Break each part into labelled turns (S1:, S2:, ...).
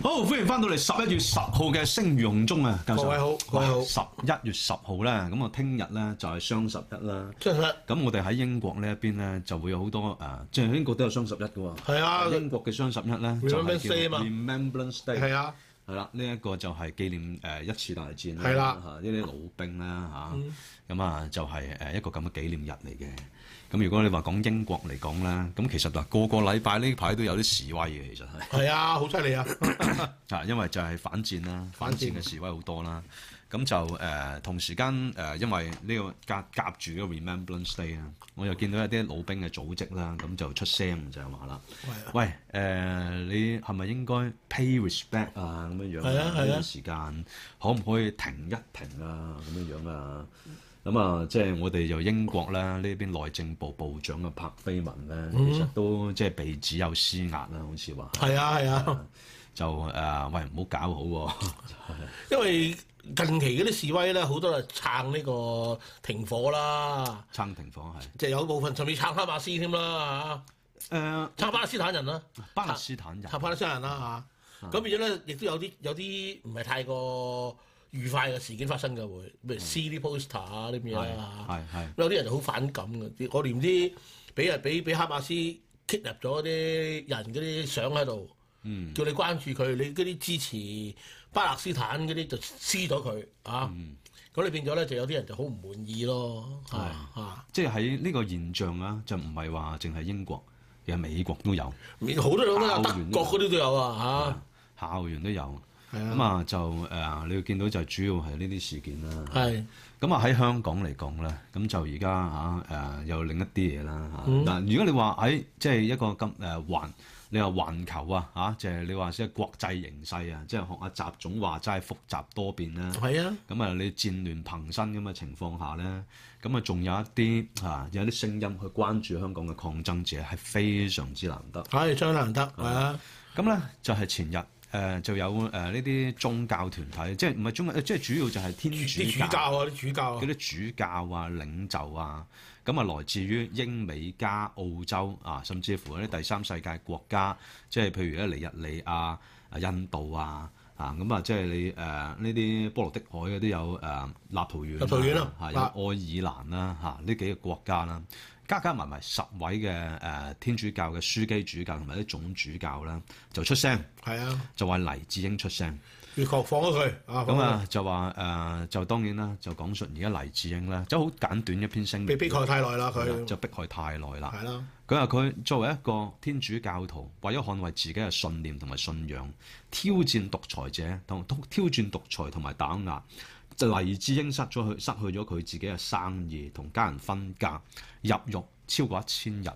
S1: 好，歡迎翻到嚟十一月十號嘅聲如洪鐘啊，教授。
S2: 各位好各位好
S1: 十一月十號咧，咁啊，聽日咧就係雙十一啦。
S2: 即係
S1: 咁我哋喺英國呢一邊咧就會有好多誒，即係英國都有雙十一嘅喎。
S2: 係啊
S1: 英國嘅雙十一咧就係
S2: Remembrance Day 啊
S1: 叫
S2: 嘛
S1: Remembrance Day。
S2: 係啊，
S1: 係啦，呢一個就係紀念誒一次大戰啦，
S2: 係啦嗯
S1: 嚇呢啲老兵啦嚇，咁啊就係誒一個咁嘅紀念日嚟嘅。咁如果你話講英國嚟講咧，咁其實嗱個個禮拜呢排都有啲示威嘅，其實係
S2: 係啊，好犀利啊！
S1: 啊，因為就係反戰啦，反
S2: 反戰
S1: 戰嘅示威好多啦。咁就誒、呃同時間誒、呃因為呢個夾夾住個 Remembrance Day 啊，我又見到一啲老兵嘅組織啦，咁就出聲就係話啦，
S2: 啊
S1: 喂誒、呃你係咪應該 pay respect 啊咁樣樣
S2: 係啊係啊
S1: 呢段時間可唔可以停一停啊咁樣樣啊？咁啊，即係我哋由英國啦，呢邊內政部部長嘅柏飛文咧，
S2: 嗯
S1: 其實都即係被指有施壓啦，好似話。
S2: 係啊，係啊，
S1: 就誒、呃喂唔好搞好喎、
S2: 因為近期嗰啲示威咧，好多係撐呢個停火啦，
S1: 撐停火係
S2: 即係有部分甚至撐哈馬斯添啦
S1: 誒
S2: 嚇，撐巴勒斯坦人啦，
S1: 巴勒斯坦人
S2: 撐巴勒斯坦人啦嚇。咁變咗咧，亦都有啲有啲唔係太過愉快嘅事件發生嘅會，譬如撕啲 poster 啊啲咁嘢
S1: 係
S2: 啦嚇
S1: 係係
S2: 有啲人就好反感嘅，啲我連啲俾人俾俾哈馬斯揭入咗啲人嗰啲相喺度，
S1: 嗯
S2: 叫你關注佢，你嗰啲支持巴勒斯坦嗰啲就撕咗佢啊！咁你變咗咧，就有啲人就好唔滿意咯，啊嚇嚇，
S1: 即係喺呢個現象啊，就唔係話淨係英國，其實美國都有，
S2: 好多種啦，
S1: 爆
S2: 德
S1: 完
S2: 國嗰啲都有啊
S1: 校園都有。
S2: 係啊
S1: 咁啊就誒、呃你會見到就主要係呢啲事件啦。
S2: 嚇，係
S1: 咁啊喺香港嚟講咧，咁就而家啊嚇誒有另一啲嘢啦嚇。
S2: 嗯
S1: 嗱、如果你話喺即係一個咁誒、呃、環，你話環球啊嚇，即、係、你話即係國際形勢啊，即係學阿習總話齋複雜多變啦、
S2: 係啊，
S1: 咁啊，你戰亂頻生咁嘅情況下咧，咁啊，仲有一啲啊，有啲聲音去關注香港嘅抗爭者係非常之難得。
S2: 係相難得係啊，
S1: 咁咧就係、前日誒、呃就有誒呢啲宗教團體，即係唔係宗教，即係主要就係天
S2: 啲
S1: 主
S2: 主教
S1: 教
S2: 啊，啲主教啊
S1: 嗰，啲主教啊、領袖啊，咁啊來自於英美加澳洲啊，甚至乎一啲第三世界國家，即係譬如咧尼日利亞、啊印度啊。啊，咁啊，即係你誒呢啲波羅的海嗰啲有誒立陶宛、
S2: 立陶宛啊
S1: 嚇
S2: 啊
S1: 有愛爾蘭啦，嚇呢幾個國家啦，加加埋埋十位嘅誒天主教嘅樞機主教同埋啲總主教啦，就出聲，
S2: 係啊，
S1: 就話黎智英出聲。
S2: 要確放咗佢啊，
S1: 咁啊，就話誒、呃就當然啦，就講述而家黎智英啦，即係好簡短一篇聲
S2: 被
S1: 明，
S2: 逼害太耐啦佢，
S1: 啊就迫害太耐啦。
S2: 係啦，
S1: 佢話佢作為一個天主教徒，為咗捍衛自己嘅信念同埋信仰，挑戰獨裁者同挑戰獨裁同埋打壓，就黎智英失咗佢失去咗佢自己嘅生意同家人分家，入獄超過一千日，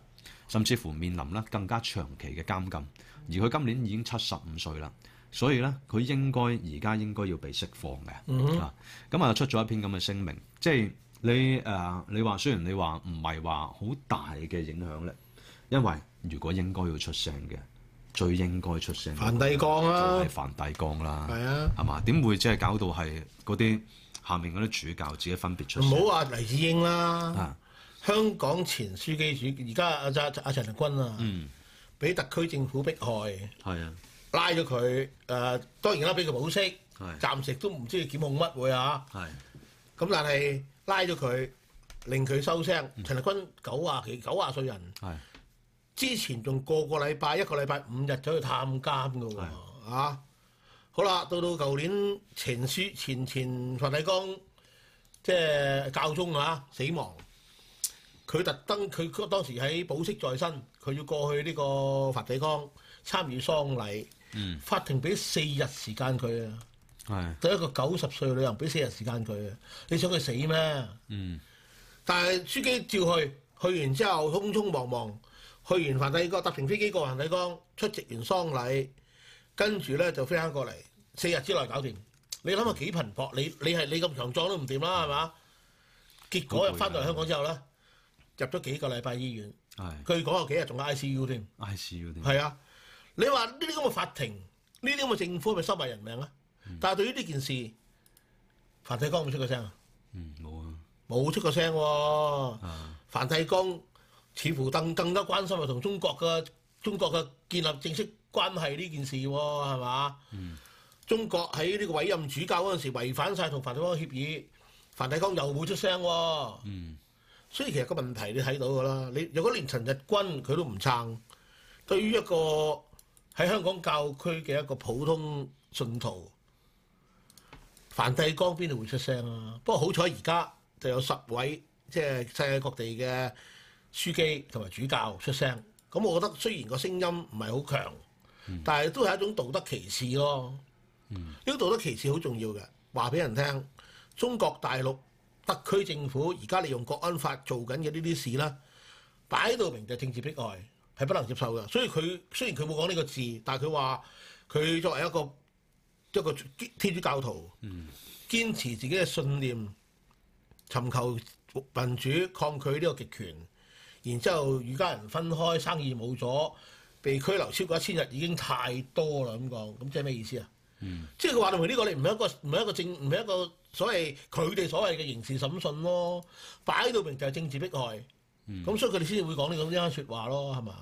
S1: 甚至乎面臨咧更加長期嘅監禁。而佢今年已經七十五歲啦。所以咧，佢應該而家應該要被釋放嘅。啊，咁啊出咗一篇咁嘅聲明，即係你誒、呃你話雖然你話唔係話好大嘅影響力，因為如果應該要出聲嘅，最應該出聲嘅
S2: 梵蒂岡
S1: 就
S2: 啊
S1: 係，梵蒂岡啦，
S2: 係啊。
S1: 係嘛？點會即係搞到係嗰啲下面嗰啲主教自己分別出聲？
S2: 唔好話黎智英啦
S1: 啊，
S2: 香港前書記主而家阿阿阿陳日君啊，俾特區政府迫害，
S1: 係啊，
S2: 拉咗佢誒，當然啦，俾佢保釋
S1: 係，啊
S2: 暫時都唔知佢檢控乜會啊，
S1: 係
S2: 咁但係拉咗佢，令佢收聲。陳日君九啊幾九啊歲人，
S1: 係
S2: 之前仲個個禮拜一個禮拜五日走去探監㗎喎，啊！好啦，到到舊年前書前前梵蒂岡即係教宗啊死亡，佢特登佢佢當時喺保釋在身，佢要過去呢個梵蒂岡參與喪禮，法庭俾四日時間佢啊，
S1: 係
S2: 對一個九十歲嘅女人俾四日時間佢啊，你想佢死咩？
S1: 嗯
S2: 但係書記照去，去完之後匆匆忙忙，去完梵蒂岡搭乘飛機過梵蒂岡，出席完喪禮，跟住咧就飛返過嚟，四日之內搞掂。你諗下幾頻撲？你你係你咁強壯都唔掂啦，係嘛？結果入翻到嚟香港之後咧，入咗幾個禮拜醫院，
S1: 係
S2: 據講有幾日仲喺 ICU 添。
S1: ICU 啲
S2: 係啊，你話呢啲咁嘅法庭，呢啲咁嘅政府係咪收埋人命啊？但係對於呢件事，梵蒂岡冇出過聲啊！
S1: 嗯冇啊
S2: 冇出過聲喎、
S1: 啊
S2: 啊梵蒂岡似乎更更加關心係同中國嘅中國嘅建立正式關係呢件事喎，係嘛？中國喺呢個委任主教嗰陣時違反晒同梵蒂岡協議，梵蒂岡又冇出聲喎。所以其實個問題你睇到㗎啦，你如果連陳日君佢都唔撐，對於一個喺香港教區嘅一個普通信徒，梵蒂岡邊度會出聲啊？不過好彩而家就有十位即係世界各地嘅書記同埋主教出聲，咁我覺得雖然個聲音唔係好強，但係都係一種道德歧視咯。呢個道德歧視好重要嘅，話俾人聽，中國大陸特區政府而家利用國安法做緊嘅呢啲事啦，擺到明就政治迫害，係不能接受嘅。所以佢雖然佢冇講呢個字，但係佢話佢作為一個一個天主教徒，堅持自己嘅信念，尋求民主，抗拒呢個極權，然之後與家人分開，生意冇咗，被拘留超過一千日已經太多啦。咁講，咁即係咩意思啊？即係佢話到明呢個你唔係一個唔係一個政唔係一個所謂佢哋所謂嘅刑事審訊咯，擺到明就係政治迫害。咁、
S1: 嗯
S2: 所以佢哋先至會講呢咁樣嘅説話咯，係嘛？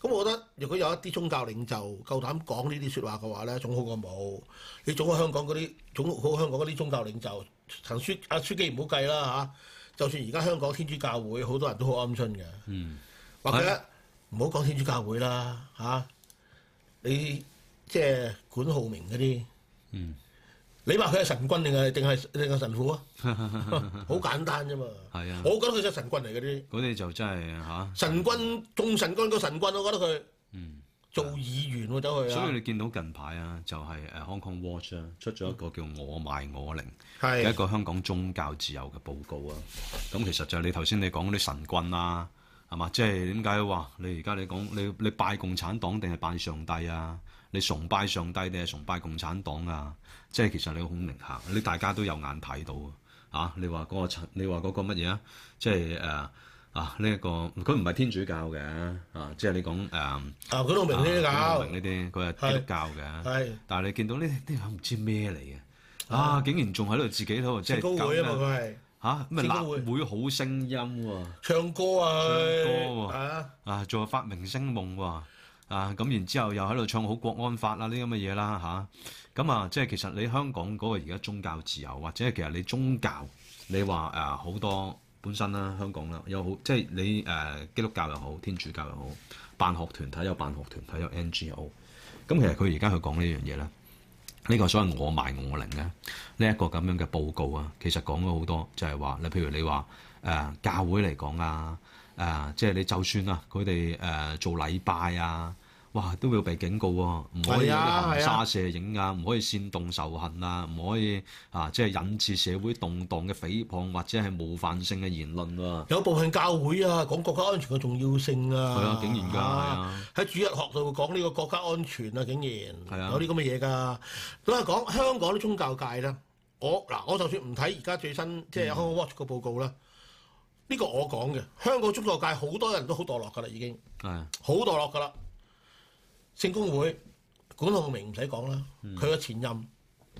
S2: 咁我覺得如果有一啲宗教領袖夠膽講呢啲説話嘅話咧，總好過冇。你總好香港嗰啲總好香港嗰啲宗教領袖，陳書阿書記唔好計啦嚇、就算而家香港天主教會好多人都好鵪鶉嘅，
S1: 嗯
S2: 或者唔好講天主教會啦嚇、你即係管浩明嗰啲，
S1: 嗯，
S2: 你話佢係神棍定係定係定係神父啊？ 好簡單啫嘛。
S1: 係啊
S2: 我覺得佢就係神棍嚟嘅啲
S1: 嗰啲就真係吓，
S2: 神棍，仲神棍過神棍，我覺得佢
S1: 嗯。
S2: 做議員喎，走去
S1: 所以
S2: 啊，
S1: 你見到近排啊，就係、誒 Hong Kong Watch 啊，出咗一個叫《我賣我靈》嘅一
S2: 係
S1: 個香港宗教自由嘅報告啊。咁其實就係你頭先你講嗰啲神棍啊，係嘛？即係點解話你而家你講你你拜共產黨定係拜上帝啊？你崇拜上帝定係崇拜共產黨啊？即係其實你好明嚇，你大家都有眼睇到啊！啊，你話嗰、個陳你話嗰個乜嘢啊？即係誒、啊呢一、個佢唔係天主教嘅啊，即係你講誒。
S2: 啊，佢都明呢啲
S1: 啊
S2: 搞
S1: 明，呢啲，佢係基督教嘅。
S2: 係
S1: 但係你見到呢 啲呢啲唔知咩嚟嘅，啊竟然仲喺度自己喺度即
S2: 聖
S1: 係
S2: 高會啊嘛，
S1: 咁
S2: 佢係
S1: 啊嚇咩
S2: 聖
S1: 立
S2: 公會
S1: 會好聲音喎，
S2: 唱歌啊，
S1: 唱歌
S2: 佢
S1: 喎
S2: 啊，
S1: 啊仲有發明星夢喎，啊咁然之後又喺度唱好國安法啊啦呢啲咁嘅嘢啦嚇，咁啊即係其實你香港嗰個而家宗教自由或者係其實你宗教，你話誒好多本身啦香港啦有好即係你誒、基督教又好天主教又好，辦學團體有辦學團體有 NGO。咁其實佢而家去講呢樣嘢咧，呢、個所謂我賣我靈咧，呢、一個咁樣嘅報告啊，其實講咗好多，就係話你譬如你話誒、教會嚟講啊，誒、即係你就算啊，佢哋誒做禮拜啊。哇！都會被警告喎、唔可以有
S2: 係啊
S1: 啲含
S2: 係啊
S1: 沙射影啊，唔可以煽動仇恨啊，唔可以啊，即係引致社會動盪嘅誹謗或者係冒犯性嘅言論喎、
S2: 有部分教會啊講國家安全嘅重要性啊，
S1: 係啊竟然㗎係啊
S2: 喺主日學度講呢個國家安全啊，竟
S1: 係
S2: 然
S1: 啊
S2: 有啲咁嘅嘢㗎。老實講，香港啲宗教界咧，我嗱我就算唔睇而家最新即
S1: 嗯
S2: 係 Hong Kong Watch 個報告啦，呢、個我講嘅，香港宗教界好多人都好墮落㗎啦，已經
S1: 係啊
S2: 好墮落㗎啦。聖公會管浩明唔使講啦，佢嘅前任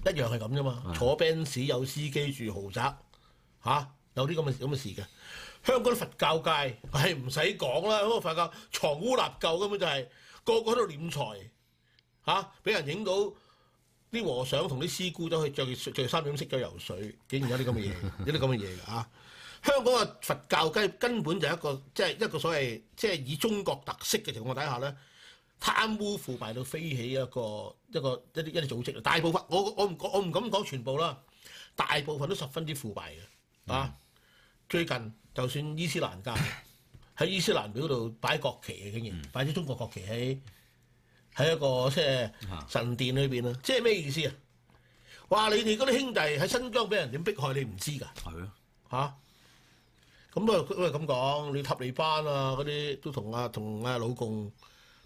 S2: 一樣係咁啫嘛，坐 Benz 有司機住豪宅嚇、有啲咁嘅咁嘅事嘅。香港佛教界係唔使講啦，香港佛教藏污納垢根本就係、個個喺度斂財嚇，俾、人影到啲和尚同啲師姑都去着住著三點式咗游水，竟然有啲咁嘅嘢，有啲咁嘅嘢㗎嚇。香港嘅佛教根根本就係一個即係一個所謂即係以中國特色嘅情況底下咧，貪污腐敗到飛起一個一個一啲一啲組織，大部分我我唔我唔敢講全部啦，大部分都十分之腐敗嘅啊！最近就算伊斯蘭教喺伊斯蘭廟度擺國旗嘅，竟然擺咗中國國旗喺喺一個即係神殿裏邊啊！即係咩意思啊？哇！你哋嗰啲兄弟喺新疆俾人點迫害，你唔知㗎？
S1: 係啊，
S2: 嚇。咁啊，因為咁講，你塔利班啊嗰啲都同啊同啊老共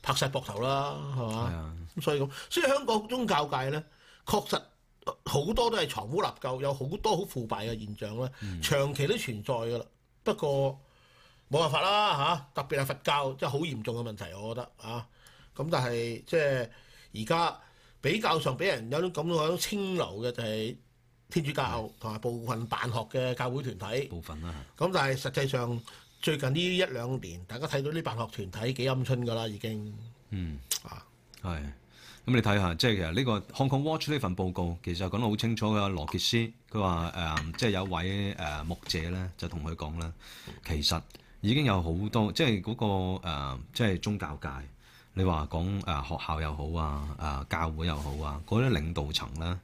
S2: 拍晒膊頭啦，係
S1: 係
S2: 嘛？
S1: 啊，
S2: 咁所以咁，所以香港宗教界咧，確實呃好多都係藏污納垢，有好多好腐敗嘅現象咧，長期都存在噶啦。不過冇辦法啦嚇、特別係佛教，即係好嚴重嘅問題，我覺得啊。咁但係即係而家比較上俾人有種感到有種清流嘅就係天主教同埋部分辦學嘅教會團體。
S1: 部分啦、
S2: 咁但係實際上最近呢一兩年，大家睇到啲辦學團體幾陰春㗎啦，已經
S1: 係。咁你睇下，即係其實呢個 Hong Kong Watch 呢份報告，其實講得好清楚嘅。羅傑斯佢話誒，即係有一位誒、呃牧者咧，就同佢講啦，其實已經有好多，即係嗰、個、呃、即係宗教界，你話講誒學校又好啊，誒、教會又好啊，嗰啲領導層咧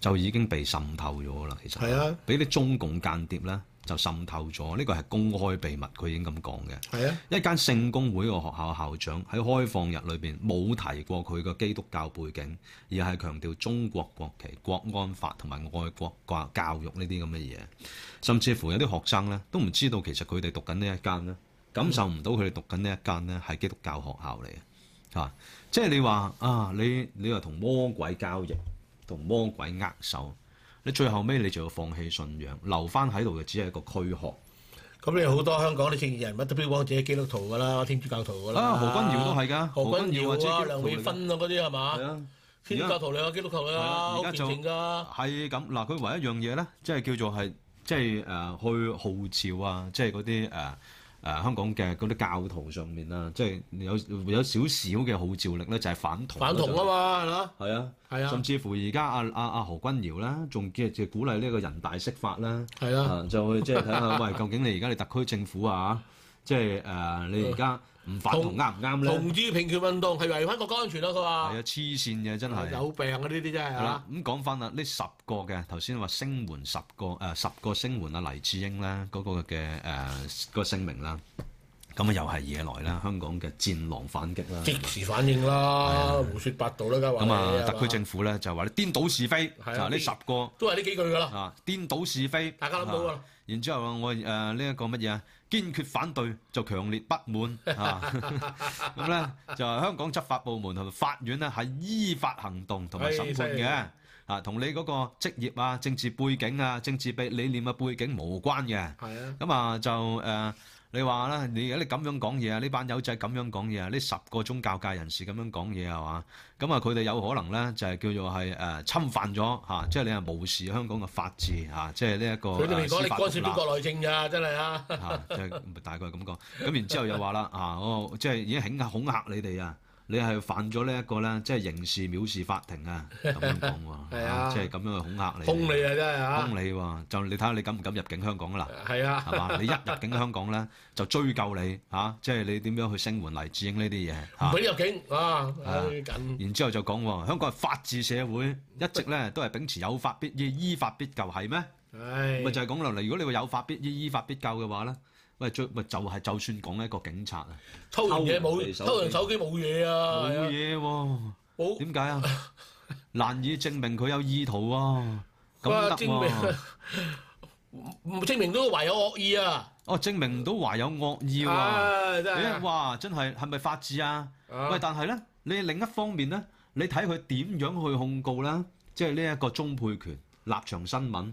S1: 就已經被滲透咗啦。其實
S2: 係啊，
S1: 俾啲中共間諜咧就滲透咗，呢個係公開秘密，佢已經咁講嘅。
S2: 係啊，
S1: 一間聖公會嘅學校校長喺開放日裏邊冇提過佢嘅基督教背景，而係強調中國國旗、國安法同埋愛國教教育呢啲咁嘅嘢，甚至乎有啲學生呢都唔知道其實佢哋讀緊呢一間呢，感受唔到佢哋讀緊呢一間呢係基督教學校嚟嘅嚇，即係你話啊，你你話同魔鬼交易，同魔鬼握手，你最後尾你就要放棄信仰，留翻喺度嘅只係一個軀殼。
S2: 咁你好多香港啲政治人物都標榜自己基督徒㗎啦，天主教徒㗎啦。
S1: 啊何君堯都係㗎
S2: 何君堯
S1: 何君堯
S2: 啊，
S1: 啊
S2: 梁美芬啊嗰啲係
S1: 係
S2: 嘛？
S1: 啊。
S2: 天主教徒兩個基督徒嚟
S1: 係啊
S2: 啊，
S1: 而
S2: 好
S1: 家
S2: 虔
S1: 就
S2: 誠㗎。
S1: 係咁嗱，佢唯一一樣嘢咧，即係叫做係即係誒、呃去號召啊，即係嗰啲誒誒香港嘅嗰啲教徒上面啊，即係有有少少嘅號召力咧，就係反同
S2: 反同啊嘛，係咯，
S1: 嘛，係啊。
S2: 係啊
S1: 甚，至乎而家阿阿阿何君瑤啦，仲叫就鼓勵呢個人大釋法啦，
S2: 係啊
S1: 啊就去即係睇下，喂，究竟你而家你特區政府啊，即係誒、呃你而家唔反同啱唔啱咧？
S2: 同志平權運動係違反國家安全咯，佢
S1: 係
S2: 話
S1: 啊，黐線嘅真係。
S2: 有病啊！呢啲真係
S1: 係啦
S2: 啊，，
S1: 咁講翻啦，呢十個嘅頭先話聲援十個誒、十個聲援啊黎智英啦，嗰、個嘅誒、呃個聲明啦，咁啊又係惹來
S2: 嗯
S1: 啦香港嘅戰狼反擊啦，
S2: 即時反應啦，胡說八道啦，梗係
S1: 啊
S2: 話
S1: 咁啊
S2: 你係嘛
S1: 特區政府咧就話你顛倒是非，就
S2: 係啊
S1: 係呢十個
S2: 都係呢幾句㗎啦。
S1: 啊顛倒是非，
S2: 大家諗到㗎啦
S1: 啊然之後啊我誒呢一個乜嘢啊，堅決反對就強烈不 滿啊， 咁咧就係香港執法部門同埋法院咧係依法行動同埋審判
S2: 哎犀利
S1: 嘅。啊，同你嗰個職業啊、政治背景啊、政治背理念嘅背景無關嘅。
S2: 係啊，
S1: 咁啊就誒、呃你話啦，你而家你咁樣講嘢啊，呢班友仔咁樣講嘢啊，呢十個宗教界人士咁樣講嘢係嘛？咁啊，佢哋有可能咧就係叫做係誒、呃侵犯咗嚇、啊即係你係無視香港嘅法治嚇、啊即係呢一個
S2: 佢哋
S1: 呃
S2: 嚟講，
S1: 司
S2: 你
S1: 法
S2: 干涉
S1: 獨立
S2: 啲國內政咋，真係啊！
S1: 嚇，即係大概咁講。咁然之後又話啦，啊，我即係已經恐嚇恐嚇你哋啊！你係犯咗呢一個咧，即係刑事藐視法庭啊，咁樣講喎，
S2: 係啊
S1: 即係咁樣去恐嚇你，
S2: 兇你啊，真係啊！
S1: 兇你喎，就你睇下你敢唔敢入境香港啦，
S2: 係啊，
S1: 係嘛？你一入境香港咧，就追究你嚇、啊即係你點樣去聲援黎智英呢啲嘢嚇。
S2: 唔俾你入境啊！唉緊
S1: 然之後就講喎，香港係法治社會，一直咧都係秉持有法必依、依法必究，係咩？
S2: 唉
S1: 咪，就係講落嚟，如果你話有法必依、依法必究嘅話咧，喂，最咪就係就算講一個警察啊，
S2: 偷人嘢
S1: 偷人哋
S2: 冇，
S1: 手
S2: 偷人手機冇嘢啊！
S1: 冇
S2: 係啊
S1: 嘢喎，
S2: 冇。
S1: 點解啊？難以證明佢有意圖喎，咁
S2: 哇
S1: 得
S2: 證
S1: 喎
S2: 明。唔證明都懷有惡意啊！
S1: 哦，證明唔到懷有惡意
S2: À,
S1: 喎。
S2: 唉，真係
S1: 咦
S2: 啊
S1: 哇，真係係咪法治啊？
S2: 啊
S1: 喂，但係咧，你另一方面咧，你睇佢點樣去控告啦，即係呢一個中配權立場新聞，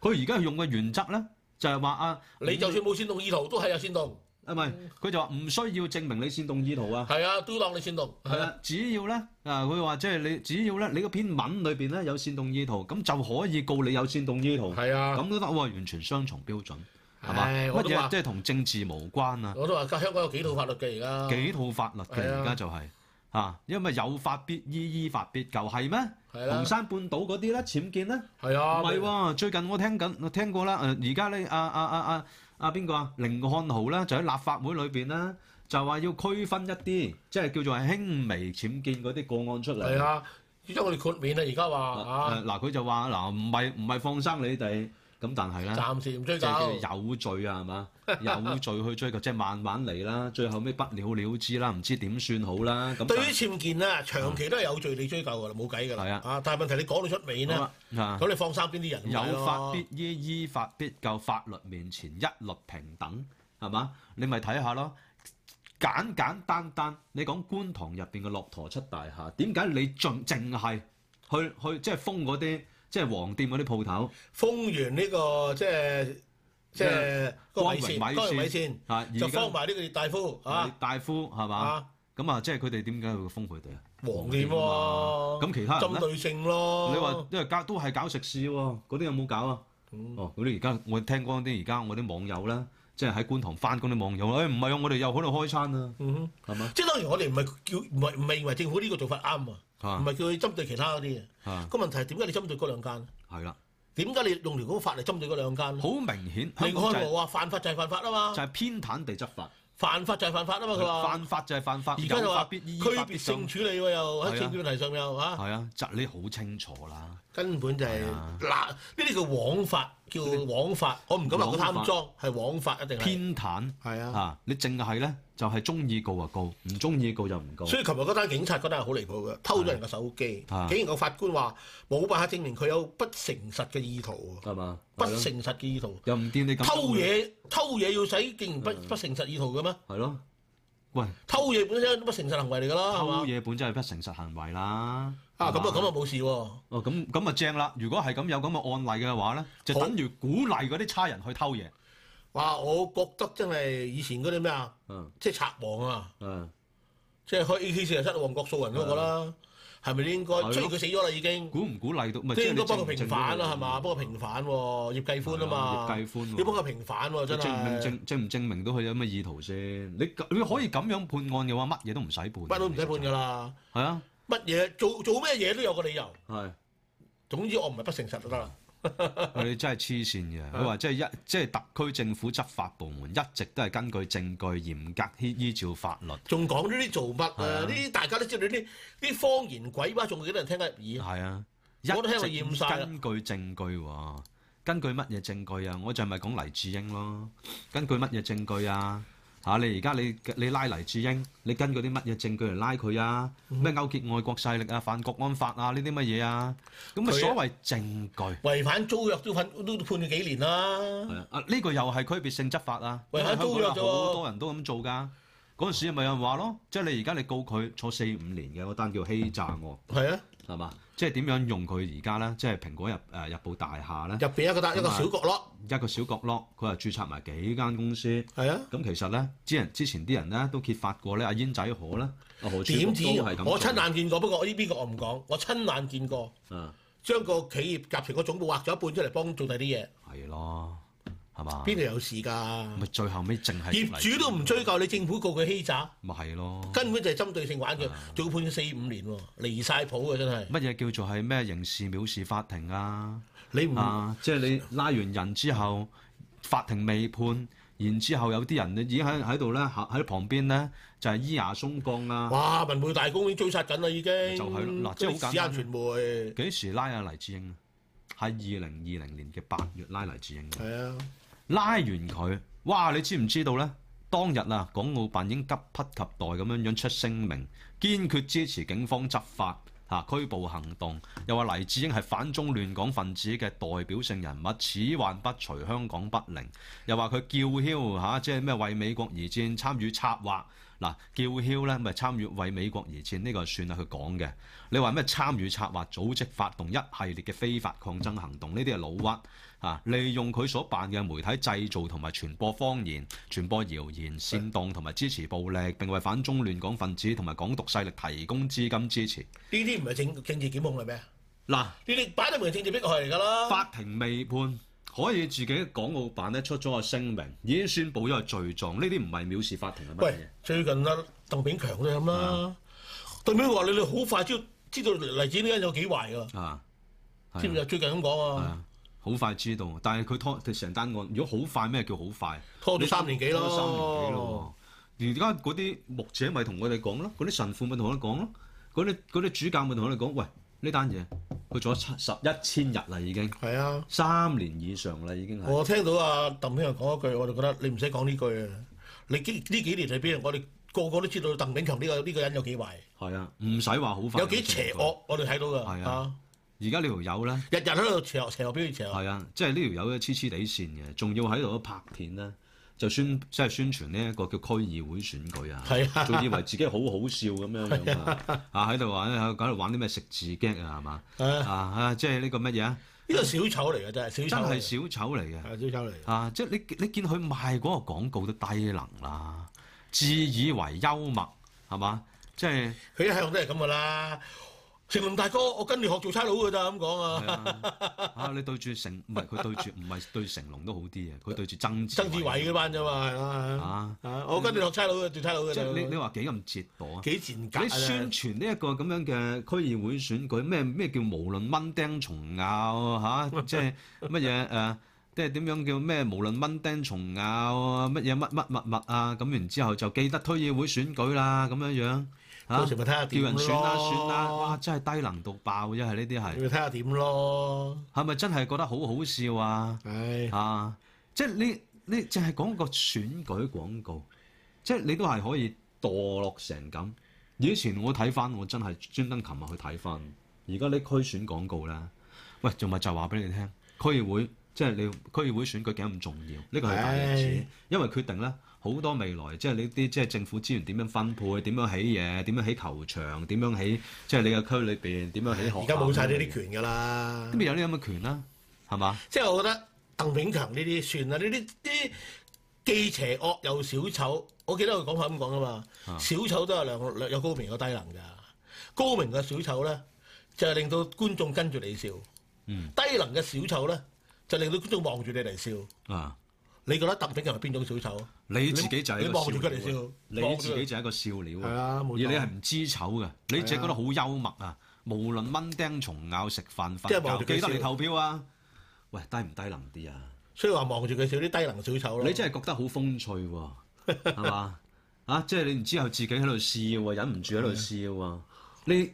S1: 佢而家用嘅原則咧，就係話啊，
S2: 你就算冇煽動意圖，都係有煽動。
S1: 啊唔係，佢就話唔需要證明你煽動意圖啊。
S2: 係啊，都當你煽動。
S1: 係啦，只要咧啊，佢話即係你，只要咧你嗰篇文裏邊咧有煽動意圖，咁就可以告你有煽動意圖，
S2: 係啊，
S1: 咁都得喎，完全雙重標準，係嘛？
S2: 唉我
S1: 乜
S2: 都
S1: 嘢
S2: 話
S1: 即係同政治無關啊？
S2: 我都話香港有幾套法律嘅而家。
S1: 幾套法律嘅
S2: 啊係啊
S1: 而家就係、啊，因為有法必依，依法必究，係咩？
S2: 係啦
S1: 紅山半島嗰啲咧，僭建咧，
S2: 係
S1: 唔
S2: 啊，
S1: 係喎。最近我聽緊，我聽過啦。呃誒，而家咧，阿阿阿阿阿邊個啊？凌漢豪咧，就喺立法會裏邊咧，就話要區分一啲，即係叫做係輕微僭建嗰啲個案出嚟。
S2: 係啊，要將我哋豁免啊！而家話
S1: 誒嗱，佢就話嗱，唔係唔係放生你哋，咁但係咧
S2: 啊，。暫時唔追
S1: 即
S2: 究。
S1: 係叫有罪啊，係 嘛？有罪去追究，即係慢慢嚟啦。最後尾不了了之啦，唔知點算好啦。咁
S2: 對於僭建啊，長期都係有罪你追究㗎啦，冇計㗎
S1: 係
S2: 啦
S1: 啊。
S2: 啊，但係問題你講到出尾
S1: 好
S2: 呢，
S1: 啦啊
S2: 咁你放生邊啲人？
S1: 有法必依，依法必究，法律面前一律平等，係嘛？你咪睇下咯，簡簡單單，你講觀塘入邊嘅駱駝漆大廈，點解你盡淨係去去即係封嗰啲即係黃店嗰啲鋪頭，
S2: 封完呢個即係即係個
S1: 光
S2: 米
S1: 榮
S2: 線，
S1: 米
S2: 光榮米
S1: 線
S2: 線
S1: 啊，
S2: 就
S1: 而
S2: 封
S1: 家
S2: 埋呢個大夫啊
S1: 大夫係嘛？
S2: 啊，
S1: 咁啊，即係佢哋點解會封佢哋啊？
S2: 黃店
S1: 啊嘛
S2: 喎，
S1: 咁其他人
S2: 針
S1: 咧？
S2: 對性咯。
S1: 啊你話因為搞
S2: 嗯
S1: 都係搞食肆喎，嗰啲有冇搞啊？哦，嗰啲而家我聽講啲而家我啲網友啦，即係喺觀塘翻工啲網友誒唔係啊，我哋又喺度開餐啊，
S2: 嗯
S1: 係咪
S2: 哼，即係當然我哋唔係叫唔係唔係認為政府呢個做法啱
S1: 啊
S2: 啊，唔係叫佢針對其他嗰啲
S1: 啊
S2: 嘅。個問題係點解你針對嗰兩間？
S1: 係啦，
S2: 點解你用條咁嘅法嚟針對嗰兩間？
S1: 好明顯
S2: 離
S1: 香港就
S2: 嗯開
S1: 係
S2: 冇啊，犯法就係犯法啊嘛
S1: 就，係偏袒地執法，
S2: 犯法就係犯法啊嘛，佢話。
S1: 犯法就係犯法，
S2: 而家就
S1: 有法
S2: 話
S1: 必
S2: 區
S1: 依，依法必
S2: 別
S1: 守
S2: 性。處理喎，又
S1: 係
S2: 喺
S1: 啊
S2: 政治問題上面又嚇，
S1: 係啊，責你好清楚啦，
S2: 根本就係
S1: 係啊
S2: 嗱呢啲叫枉法，叫枉法。我唔敢話佢貪贓，係枉法一定係。
S1: 偏袒
S2: 係啊，
S1: 啊！你淨係咧就係中意告就告，唔中意告就唔告。
S2: 所以琴日嗰單警察嗰單係好離譜嘅，偷咗人嘅手機，
S1: 啊
S2: 竟然個法官話冇辦法證明佢有不誠實嘅意圖喎，
S1: 係嘛？
S2: 不
S1: 係咯
S2: 誠實嘅意圖，
S1: 又唔見你咁嗯
S2: 偷，嘢偷嘢要使竟然不不誠實意圖嘅咩？
S1: 係咯？喂，
S2: 偷嘢本身都不誠實行為嚟㗎啦，啊係
S1: 偷
S2: 嘛？
S1: 嘢本真係不誠實行為啦。
S2: 啊咁
S1: 係
S2: 啊
S1: 嘛
S2: 咁啊冇事喎，
S1: 哦，咁咁啊正啦！如果係咁有咁嘅案例嘅話咧，就
S2: 好
S1: 等於鼓勵嗰啲差人去偷嘢。
S2: 哇！我覺得真係以前嗰啲咩啊，
S1: 嗯
S2: 即係賊王啊！
S1: 嗯，
S2: 即係開 A K 四十七旺角掃人嗰個啦，係咪應該
S1: 係？咯
S2: 雖然佢死咗啦已經，
S1: 鼓唔鼓啊勵到？咪
S2: 即係
S1: 係
S2: 應該幫佢平反啦
S1: 啦，
S2: 係嘛？幫佢平反喎，葉繼歡啊嘛，
S1: 葉繼歡喎
S2: 要幫佢平反喎，真
S1: 證唔證
S2: 係
S1: 證證唔證明到佢有咩意圖先？你你可以咁樣判案嘅話，乜嘢都唔使判，
S2: 乜都唔使判㗎啦，
S1: 係啊，
S2: 乜嘢做做咩嘢都有個理由。
S1: 係。
S2: 總之我唔係不誠實就得啦。
S1: 佢哋真係黐線嘅，佢話即係一即係特區政府執法部門一直都係根據證據嚴格依依照法律。
S2: 仲講呢啲做乜啊？呢啲大家都知道呢啲呢啲方言鬼話，仲有幾多人聽得入耳？
S1: 係啊，一
S2: 我都聽到厭
S1: 直
S2: 晒啦
S1: 根據證據喎，根據乜嘢證據啊？我就咪講黎智英咯，根據乜嘢證據啊？嚇、你而家你你拉黎智英，你根據啲乜嘢證據嚟拉佢啊？咩
S2: 嗯
S1: 勾結外國勢力啊、反國安法啊呢啲乜嘢啊？咁咪
S2: 佢啊
S1: 所謂證據
S2: 違反租約都判都判咗幾年啦。
S1: 係啊？啊呢個又係區別性執法啊！因
S2: 喂
S1: 為香港
S2: 都有
S1: 有
S2: 啫喎
S1: 好多人都咁做㗎。嗰陣時咪有人話咯，即係你而家你告佢坐四五年嘅嗰單叫欺詐案，
S2: 係啊，
S1: 係嘛？即係點樣用佢而家咧？即係蘋果日誒、日報大廈咧。
S2: 入邊一個
S1: 啊
S2: 得一個小角落，
S1: 一個小角落，佢係註冊埋幾間公司。
S2: 係啊。
S1: 咁其實咧，之前之前啲人咧都揭發過咧，阿煙仔河咧，阿何柱國
S2: 點止
S1: 都係咁做
S2: 我親眼見過，不過呢邊個我唔講，我親眼見過
S1: 啊，
S2: 將個企業集團個總部劃咗一半出嚟幫做第啲嘢，
S1: 係咯，係嘛？
S2: 邊度有事㗎？
S1: 啊咪最後尾淨係
S2: 業主都唔追究你，政府告佢欺詐，
S1: 咪係咯？
S2: 根本就係針對性玩佢，
S1: 啊
S2: 仲要判咗四五年喎，離晒譜啊嘅真係。
S1: 乜嘢叫做係咩刑事藐視法庭啊？
S2: 你唔
S1: 啊，即係你拉完人之後，法庭未判，然之後有啲人已經喺喺度咧，喺喺旁邊咧就係咿牙鬆降啊！
S2: 哇！文匯大公已經追殺緊啦，已經
S1: 就係咯嗱即係好簡單
S2: 時下傳媒
S1: 幾時拉阿黎智英啊？喺二零二零年嘅八月拉黎智英嘅。
S2: 係啊，
S1: 拉完佢，哇！你知唔知道呢？當日啊，港澳辦已經急不及待咁樣樣出聲明，堅決支持警方執法嚇、拘捕行動，又話黎智英係反中亂港分子嘅代表性人物，此患不除，香港不寧。又話佢叫囂嚇、即係咩為美國而戰，參與策劃。嗱，叫囂呢咪參與為美國而戰，呢、個係算啦，佢講嘅。你話咩參與策劃、組織發動一系列嘅非法抗爭行動，呢啲係老屈。啊，利用佢所辦嘅媒體製造同埋傳播謊言、傳播謠言、煽動同埋支持暴力，並為反中亂港分子同埋港獨勢力提供資金支持。
S2: 呢啲唔係政政治檢控係咩？啊呢
S1: 嗱，
S2: 啲擺得明係政治迫害嚟㗎啦。
S1: 法庭未判，可以自己港澳辦咧出咗個聲明，已經宣佈咗個罪狀，呢啲唔係藐視法庭係乜
S2: 喂
S1: 嘢？，啊
S2: 最近啊，鄧炳強都係咁啦。鄧炳強話：你哋好快知道知道黎子呢間有幾壞㗎啦，
S1: 啊，係啊
S2: 知唔知啊？最近咁講
S1: 係
S2: 啊，
S1: 啊，好快知道，但係佢拖成單案，如果好快咩叫好快？
S2: 拖咗三年幾
S1: 拖咗三年幾
S2: 咯。
S1: 咯。而家嗰啲牧者咪同我哋講咯，嗰啲神父咪同我哋講咯，嗰啲嗰啲主教咪同我哋講，喂呢單嘢佢做咗七十一千日啦已經，
S2: 係啊，
S1: 三年以上啦已經係。
S2: 我聽到啊鄧炳強講一句，我就覺得你唔使講呢句啊。你幾呢幾年裏邊，我哋個個都知道鄧炳強呢個呢個人有幾壞，
S1: 係啊，唔使話好快。
S2: 有幾邪。惡，我哋睇到㗎。
S1: 係啊
S2: 啊，
S1: 而家呢條友咧，
S2: 日日喺度邪惡邪惡表現邪惡。
S1: 係啊，即係呢條友咧黐黐地線嘅，仲要喺度拍片咧，就宣即係宣傳呢一個叫區議會選舉啊。
S2: 係啊
S1: 仲以為自己好好笑咁樣樣 啊！啊喺度玩喺度玩啲咩食字 gag 啊係嘛？
S2: 係啊
S1: 啊啊即係呢個乜嘢啊？
S2: 呢個小丑嚟嘅真
S1: 真
S2: 係，小丑嚟
S1: 係
S2: 嘅
S1: 小丑嚟嘅。
S2: 係小丑嚟嘅。
S1: 啊！即係你你見佢賣嗰個廣告都低能啦，自以為幽默係嘛？即係
S2: 佢一向都係咁噶啦。成龍大哥，我跟你學做差佬㗎咋咁講
S1: 係
S2: 啊？
S1: 啊，啊你對住成唔係佢對住唔係對成龍都好啲嘅，佢對住曾
S2: 曾志偉嗰班啫嘛，係啊
S1: 啊，
S2: 係啊，我跟你學差佬嘅，做差佬嘅
S1: 即係你你
S2: 咋，
S1: 話幾咁折墮啊？
S2: 幾賤格
S1: 你宣
S2: 啊！
S1: 傳呢一個咁樣嘅區議會選舉，咩咩叫無論蚊叮蟲咬嚇、 即係乜嘢誒？即係點樣叫咩？無論蚊叮蟲咬啊，乜嘢乜乜物物啊，咁然之後就記得區議會選舉啦，咁樣樣嚇、
S2: 到時咪睇下
S1: 啊叫
S2: 點
S1: 人選啦
S2: 咯
S1: 選啦，哇！真係低能到爆，真係呢啲
S2: 你
S1: 係
S2: 咪睇下點咯，
S1: 係咪真係覺得好好笑啊？
S2: 唉，
S1: 啊！即係你你淨係講個選舉廣告，即係你都係可以墮落成咁。以前我睇翻，我真係專登琴日去睇翻。而家呢區選廣告咧，喂，仲咪就係話俾你聽，區議會即係你區議會選舉幾咁重要？呢個係大日子
S2: 唉，
S1: 因為決定咧好多未來，即係你啲即係政府資源點樣分配，點樣起嘢，點樣起球場，點樣起即係你嘅區裏邊點樣起學校。
S2: 而家冇晒呢啲，權㗎啦
S1: 咁。咪有呢咁嘅權啦，係嘛？
S2: 即係我覺得鄧炳強呢啲算啦，呢啲啲既邪惡又小丑。我記得佢講法咁講噶嘛，
S1: 啊
S2: 小丑都有兩兩有高明有低能㗎。高明嘅小丑咧，就係令到觀眾跟住你笑；
S1: 嗯
S2: 低能嘅小丑咧，就令到觀眾望住你嚟笑。
S1: 啊！
S2: 你覺得鄧炳強係邊種小丑啊？
S1: 你自己就係一
S2: 你
S1: 個
S2: 望
S1: 笑
S2: 住佢嚟
S1: 料啊
S2: 笑，
S1: 你自己就係一個笑料
S2: 係
S1: 啊！
S2: 啊，
S1: 而
S2: 冇
S1: 你
S2: 錯。啊
S1: 係唔知醜嘅，你自己覺得好幽默啊！無論蚊叮蟲咬、食飯
S2: 即係望
S1: 瞓
S2: 住
S1: 覺，
S2: 佢
S1: 記得
S2: 笑
S1: 你投票啊！喂，低唔低能啲啊？
S2: 所以話望住佢笑啲低能小丑咯。
S1: 你真係覺得好風趣 喎，係嘛？啊，即係你唔知後自己喺度笑喎，忍唔住喺度笑啊！你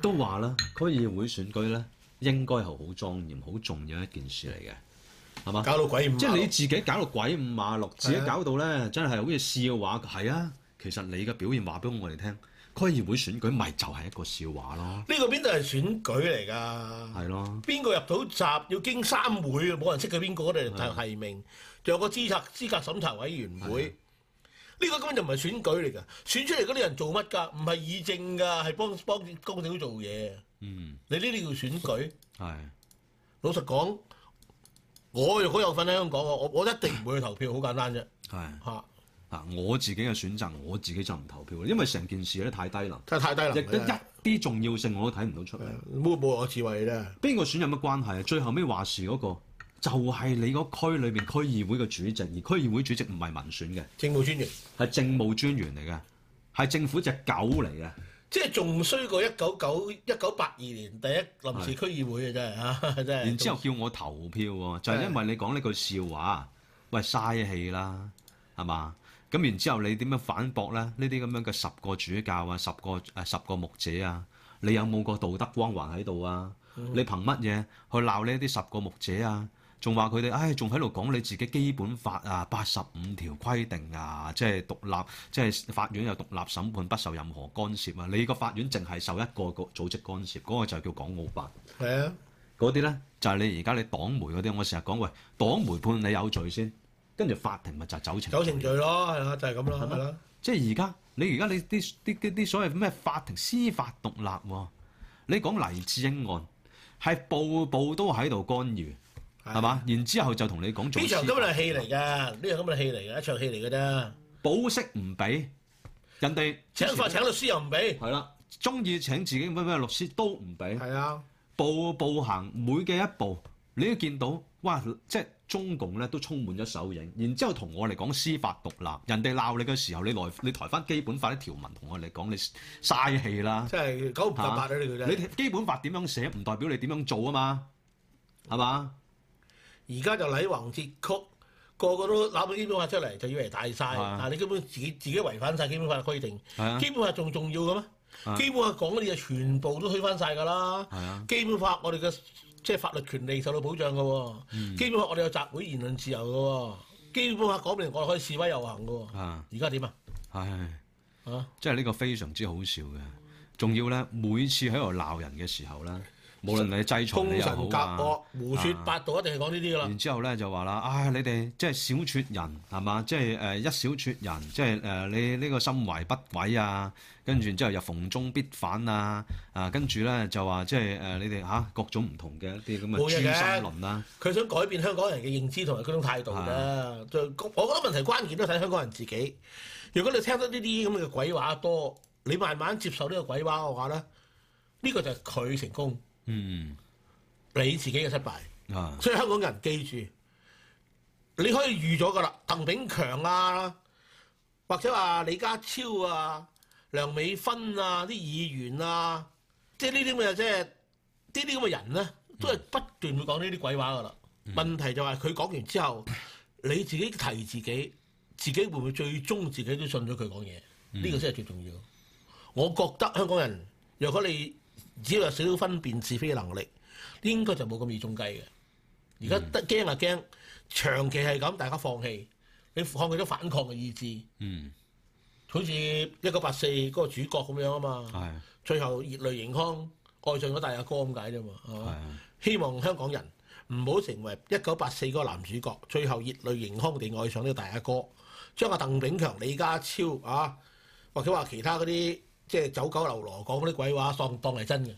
S1: 都話啦，區議會選舉咧應該係好莊嚴、好重要一件事嚟嘅，係嘛？
S2: 搞到鬼五馬
S1: 即係你
S2: 六，
S1: 自己搞到鬼五馬六，自己搞到咧真係好似笑話。係啊，其實你嘅表現話俾我哋聽，區議會選舉咪就係一個笑話咯，
S2: 呢個邊度係選舉嚟㗎？
S1: 係咯，
S2: 邊個入到閘要經三會，冇人識佢邊個，我哋就提名，仲有個資格資格審查委員會。呢個根本就唔係選舉嚟㗎，選出嚟嗰啲人做乜㗎？唔係議政㗎，係幫幫幫政府做嘢。
S1: 嗯，
S2: 你呢啲叫選舉？
S1: 係
S2: 老實講，我如果有份喺香港，我我我一定唔會去投票，好簡單啫
S1: 係
S2: 嚇，
S1: 啊！我自己嘅選擇，我自己就唔投票，因為成件事咧太低能，
S2: 真係太低
S1: 亦
S2: 能
S1: 都
S2: 啦，
S1: 一啲重要性我都睇唔到出嚟。
S2: 冇冇我智慧啦。
S1: 邊個選有乜關係啊？最後尾話事嗰、個就係、你嗰區裏邊區議會嘅主席，而區議會主席唔係民選嘅，
S2: 政務專員
S1: 係政務專員嚟嘅，係政府隻狗嚟嘅。
S2: 即係仲衰過一九九一九八二年第一臨時區議會嘅真係 嚇，真係。
S1: 然之後叫我投票喎，就係、因為你講呢句笑話，喂嘥氣啦，係嘛？咁然之後你點樣反駁咧？呢啲咁樣嘅十個主教啊，十個誒、呃十個牧者啊，你有冇個道德光環喺度啊？你憑乜嘢去鬧呢啲十個牧者啊？仲話佢哋，唉，仲喺度講你自己基本法啊，八十五條規定啊，即係獨立，即係法院有獨立審判，不受任何干涉啊。你個法院淨係受一個個組織干涉，嗰、個就叫港澳辦。
S2: 係啊。
S1: 嗰啲咧就係、你而家你黨媒嗰啲，我成日講喂，黨媒判你有罪先，跟住法庭咪就係走程序
S2: 走程序咯，係啦，就係咁咯，係啦。
S1: 即係而家你而家你啲啲啲啲所謂咩法庭司法獨立喎、你講黎智英案係步步都喺度干預，係嘛？然之後就同你講做
S2: 呢場
S1: 司
S2: 根
S1: 法
S2: 本係戲嚟㗎，呢場根本係戲嚟㗎，一場戲嚟㗎啫。
S1: 保釋唔俾人哋
S2: 請法請律師又唔俾，
S1: 係啦，中意請自己咩咩律師都唔俾。
S2: 係啊，
S1: 步步行每嘅一步，你都見到，哇！即係中共咧都充滿咗手影，然之後同我嚟講司法獨立，人哋鬧你嘅時候，你來你抬翻基本法啲條文同我嚟講，你嘥氣啦。
S2: 真係九唔搭八啊！呢個真係。
S1: 你基本法點樣寫，唔代表你點樣做啊嘛，係嘛？
S2: 而家就禮橫節曲，個個都攬到基本法出嚟，就以為大晒。
S1: 啊
S2: 但係你根本自己自己違反晒基本法嘅規定，
S1: 係啊，
S2: 基本法仲重要嘅咩？基本法講嗰啲嘢全部都推翻晒㗎啦。
S1: 係啊，
S2: 基本法我哋嘅即係法律權利受到保障嘅喎。
S1: 嗯
S2: 基本法我哋有集會言論自由嘅喎。基本法講明我哋可以示威遊行嘅喎。
S1: 啊，
S2: 而家點啊？
S1: 係。
S2: 啊！
S1: 即係呢個非常之好笑嘅。仲要咧，每次喺度鬧人嘅時候咧，無論你制裁
S2: 通
S1: 你又
S2: 神
S1: 好
S2: 隔
S1: 啊。
S2: 惡，胡說八道，一定係講呢啲噶啦
S1: 然。之後咧就話 啦，唉，你哋即係小撮人係嘛？即係誒、一小撮人，即係誒、你呢個心懷不軌啊，跟住然之後又逢中必反啊，啊跟住咧就話即係誒、你哋嚇、各種唔同嘅一啲咁嘅
S2: 冇
S1: 誅
S2: 嘢嘅
S1: 心論啦、
S2: 佢想改變香港人嘅認知同埋嗰種態度啦。就我覺得問題關鍵都睇香港人自己。如果你聽得呢啲咁嘅鬼話多，你慢慢接受呢個鬼話嘅話咧，呢個就係佢成功，
S1: 嗯
S2: 你自己嘅失敗。
S1: 啊，
S2: 所以香港人記住，你可以預咗噶啦，鄧炳強啊，或者話李家超啊、梁美芬啊啲議員啊，即係呢啲咁嘅即係呢啲咁嘅人咧，都係不斷會講呢啲鬼話噶啦。問題就係佢講完之後，你自己提自己，自己會唔會最終自己都信咗佢講嘢？呢、個先係最重要。我覺得香港人，若果你只要有少少分辨是非嘅能力，應該就冇咁易中計嘅。而家得驚啊驚，長期係咁，大家放棄，你放棄咗反抗嘅意志，
S1: 嗯
S2: 好似一九八四嗰個主角咁樣啊嘛，
S1: 係
S2: 最後熱淚盈眶，愛上咗大阿哥咁解啫嘛，係啊嘛
S1: 係
S2: 希望香港人唔好成為一九八四嗰個男主角，最後熱淚盈眶地愛上呢個大阿哥，將阿鄧炳強、李家超啊，或者話其他嗰啲即係走狗流羅講嗰啲鬼話，當當係真嘅，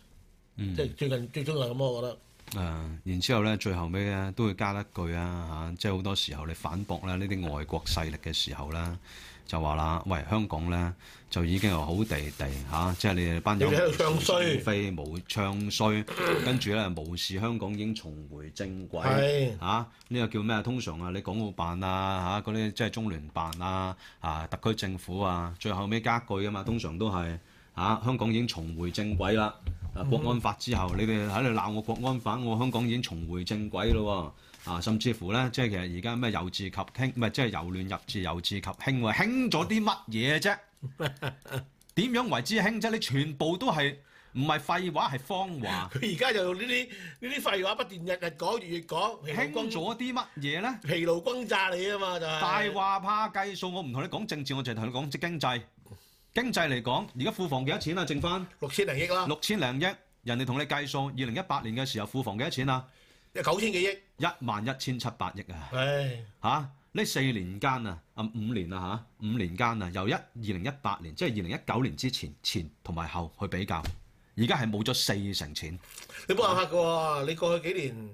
S1: 嗯
S2: 即係最近最終係咁咯，我覺得。
S1: 誒、啊然之後咧，最後尾咧都會加一句啊嚇、即係好多時候你反駁咧呢啲外國勢力嘅時候咧，就話啦，喂香港咧就已經係好地地嚇、即係你哋班友
S2: 你哋喺度唱衰
S1: 非冇唱衰，跟住咧無視香港已經重回正軌
S2: 係
S1: 嚇，呢、個叫咩啊？通常啊，你港澳辦啊嚇嗰啲即係中聯辦啊啊特區政府啊，最後尾加一句啊嘛，通常都係。啊！香港已經重回正軌啦。啊，國安法之後，你哋喺度鬧我國安法，我香港已經重回正軌咯喎。啊，甚至乎咧，即係其實而家咩由治及興，唔係即係由亂入治，由治及興喎。興咗啲乜嘢啫？點樣為之興啫？你全部都係唔係廢話係謊話。
S2: 佢而家就用呢啲呢啲廢話不斷日日講，月月講，疲
S1: 興
S2: 勞轟
S1: 咗啲乜嘢咧？
S2: 疲勞轟炸你啊嘛，就係、
S1: 大話怕計數，我唔同你講政治，我淨係同你講即經濟。經濟嚟講，而家庫房幾多錢啊？剩翻
S2: 六千零億啦，
S1: 六千零億，人哋同你計數，二零一八年嘅時候庫房幾多錢啊？
S2: 九千幾億，
S1: 一萬一千七百億啊！
S2: 唉，
S1: 嚇、呢四年間啊，啊五年啊嚇，五年間啊，由一二零一八年，即係二零一九年之前前同埋後去比較，而家係冇咗四成錢。
S2: 你冇辦法嘅喎，你過去幾年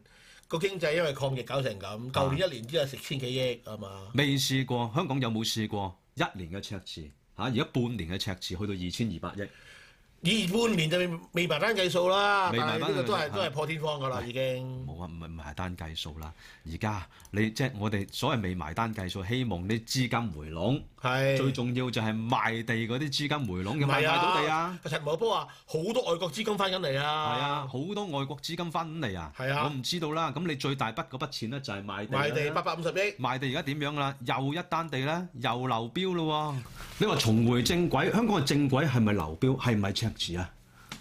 S2: 個經濟因為抗疫搞成咁，舊年一年之後食千幾億係嘛，
S1: 未試過，香港有冇試過一年嘅赤字嚇？而、家半年嘅赤字去到二千二百億。
S2: 二半年就未未埋單計數啦，
S1: 未
S2: 但
S1: 埋
S2: 係
S1: 單
S2: 呢個都
S1: 計
S2: 係
S1: 數
S2: 都係破天荒㗎啦已經。
S1: 冇啊，唔係唔係單計數啦。而家啊你即係我哋所謂未埋單計數，希望啲資金回籠。
S2: 係
S1: 最重要就係賣地嗰啲資金回籠，有
S2: 唔
S1: 賣唔賣
S2: 係
S1: 到地啊？！
S2: 陳茂波話好多外國資金翻緊嚟啊！
S1: 係啊，，好多外國資金翻嚟啊！
S2: 係啊
S1: 我唔知道啦。咁你最大筆嗰筆錢咧就係賣地啦
S2: 賣地八百五十億，
S1: 賣地而家點樣啦？又一單地啦，又流標咯喎！你話重回正軌，香港嘅正軌係咪流標？係咪赤字啊？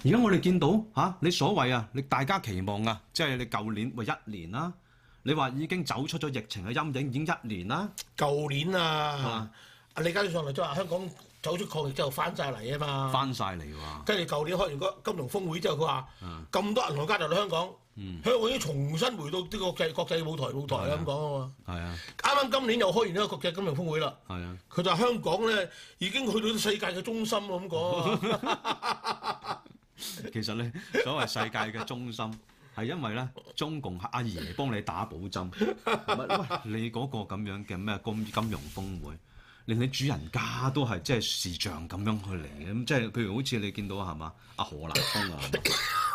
S1: 而家我哋見到嚇、啊你所謂啊，你大家期望啊，即係你舊年喂一年啦、你話已經走出咗疫情嘅陰影，已經一年啦。
S2: 舊年啊，阿李家超上嚟都話香港走出抗疫之後翻晒嚟啊嘛。
S1: 翻晒嚟喎，
S2: 跟住舊年開完個金融峰會之後，佢話
S1: 啊
S2: 咁多銀行家就嚟香港，香港已經重新回到啲國際國際舞台舞台啦咁講啊嘛。
S1: 嗯係啊，
S2: 啱啱今年又開完呢個國際金融峰會啦，
S1: 係啊，
S2: 佢就話香港咧已經去到世界嘅中心咁講 啊。
S1: 其實咧，所謂世界嘅中心係因為咧，中共阿爺幫你打保針，喂，你嗰個咁樣嘅咩金金融峰會，連你主人家都係即係視像咁樣去嚟嘅，咁即係譬如好似你見到係嘛，阿何立峰啊，係嘛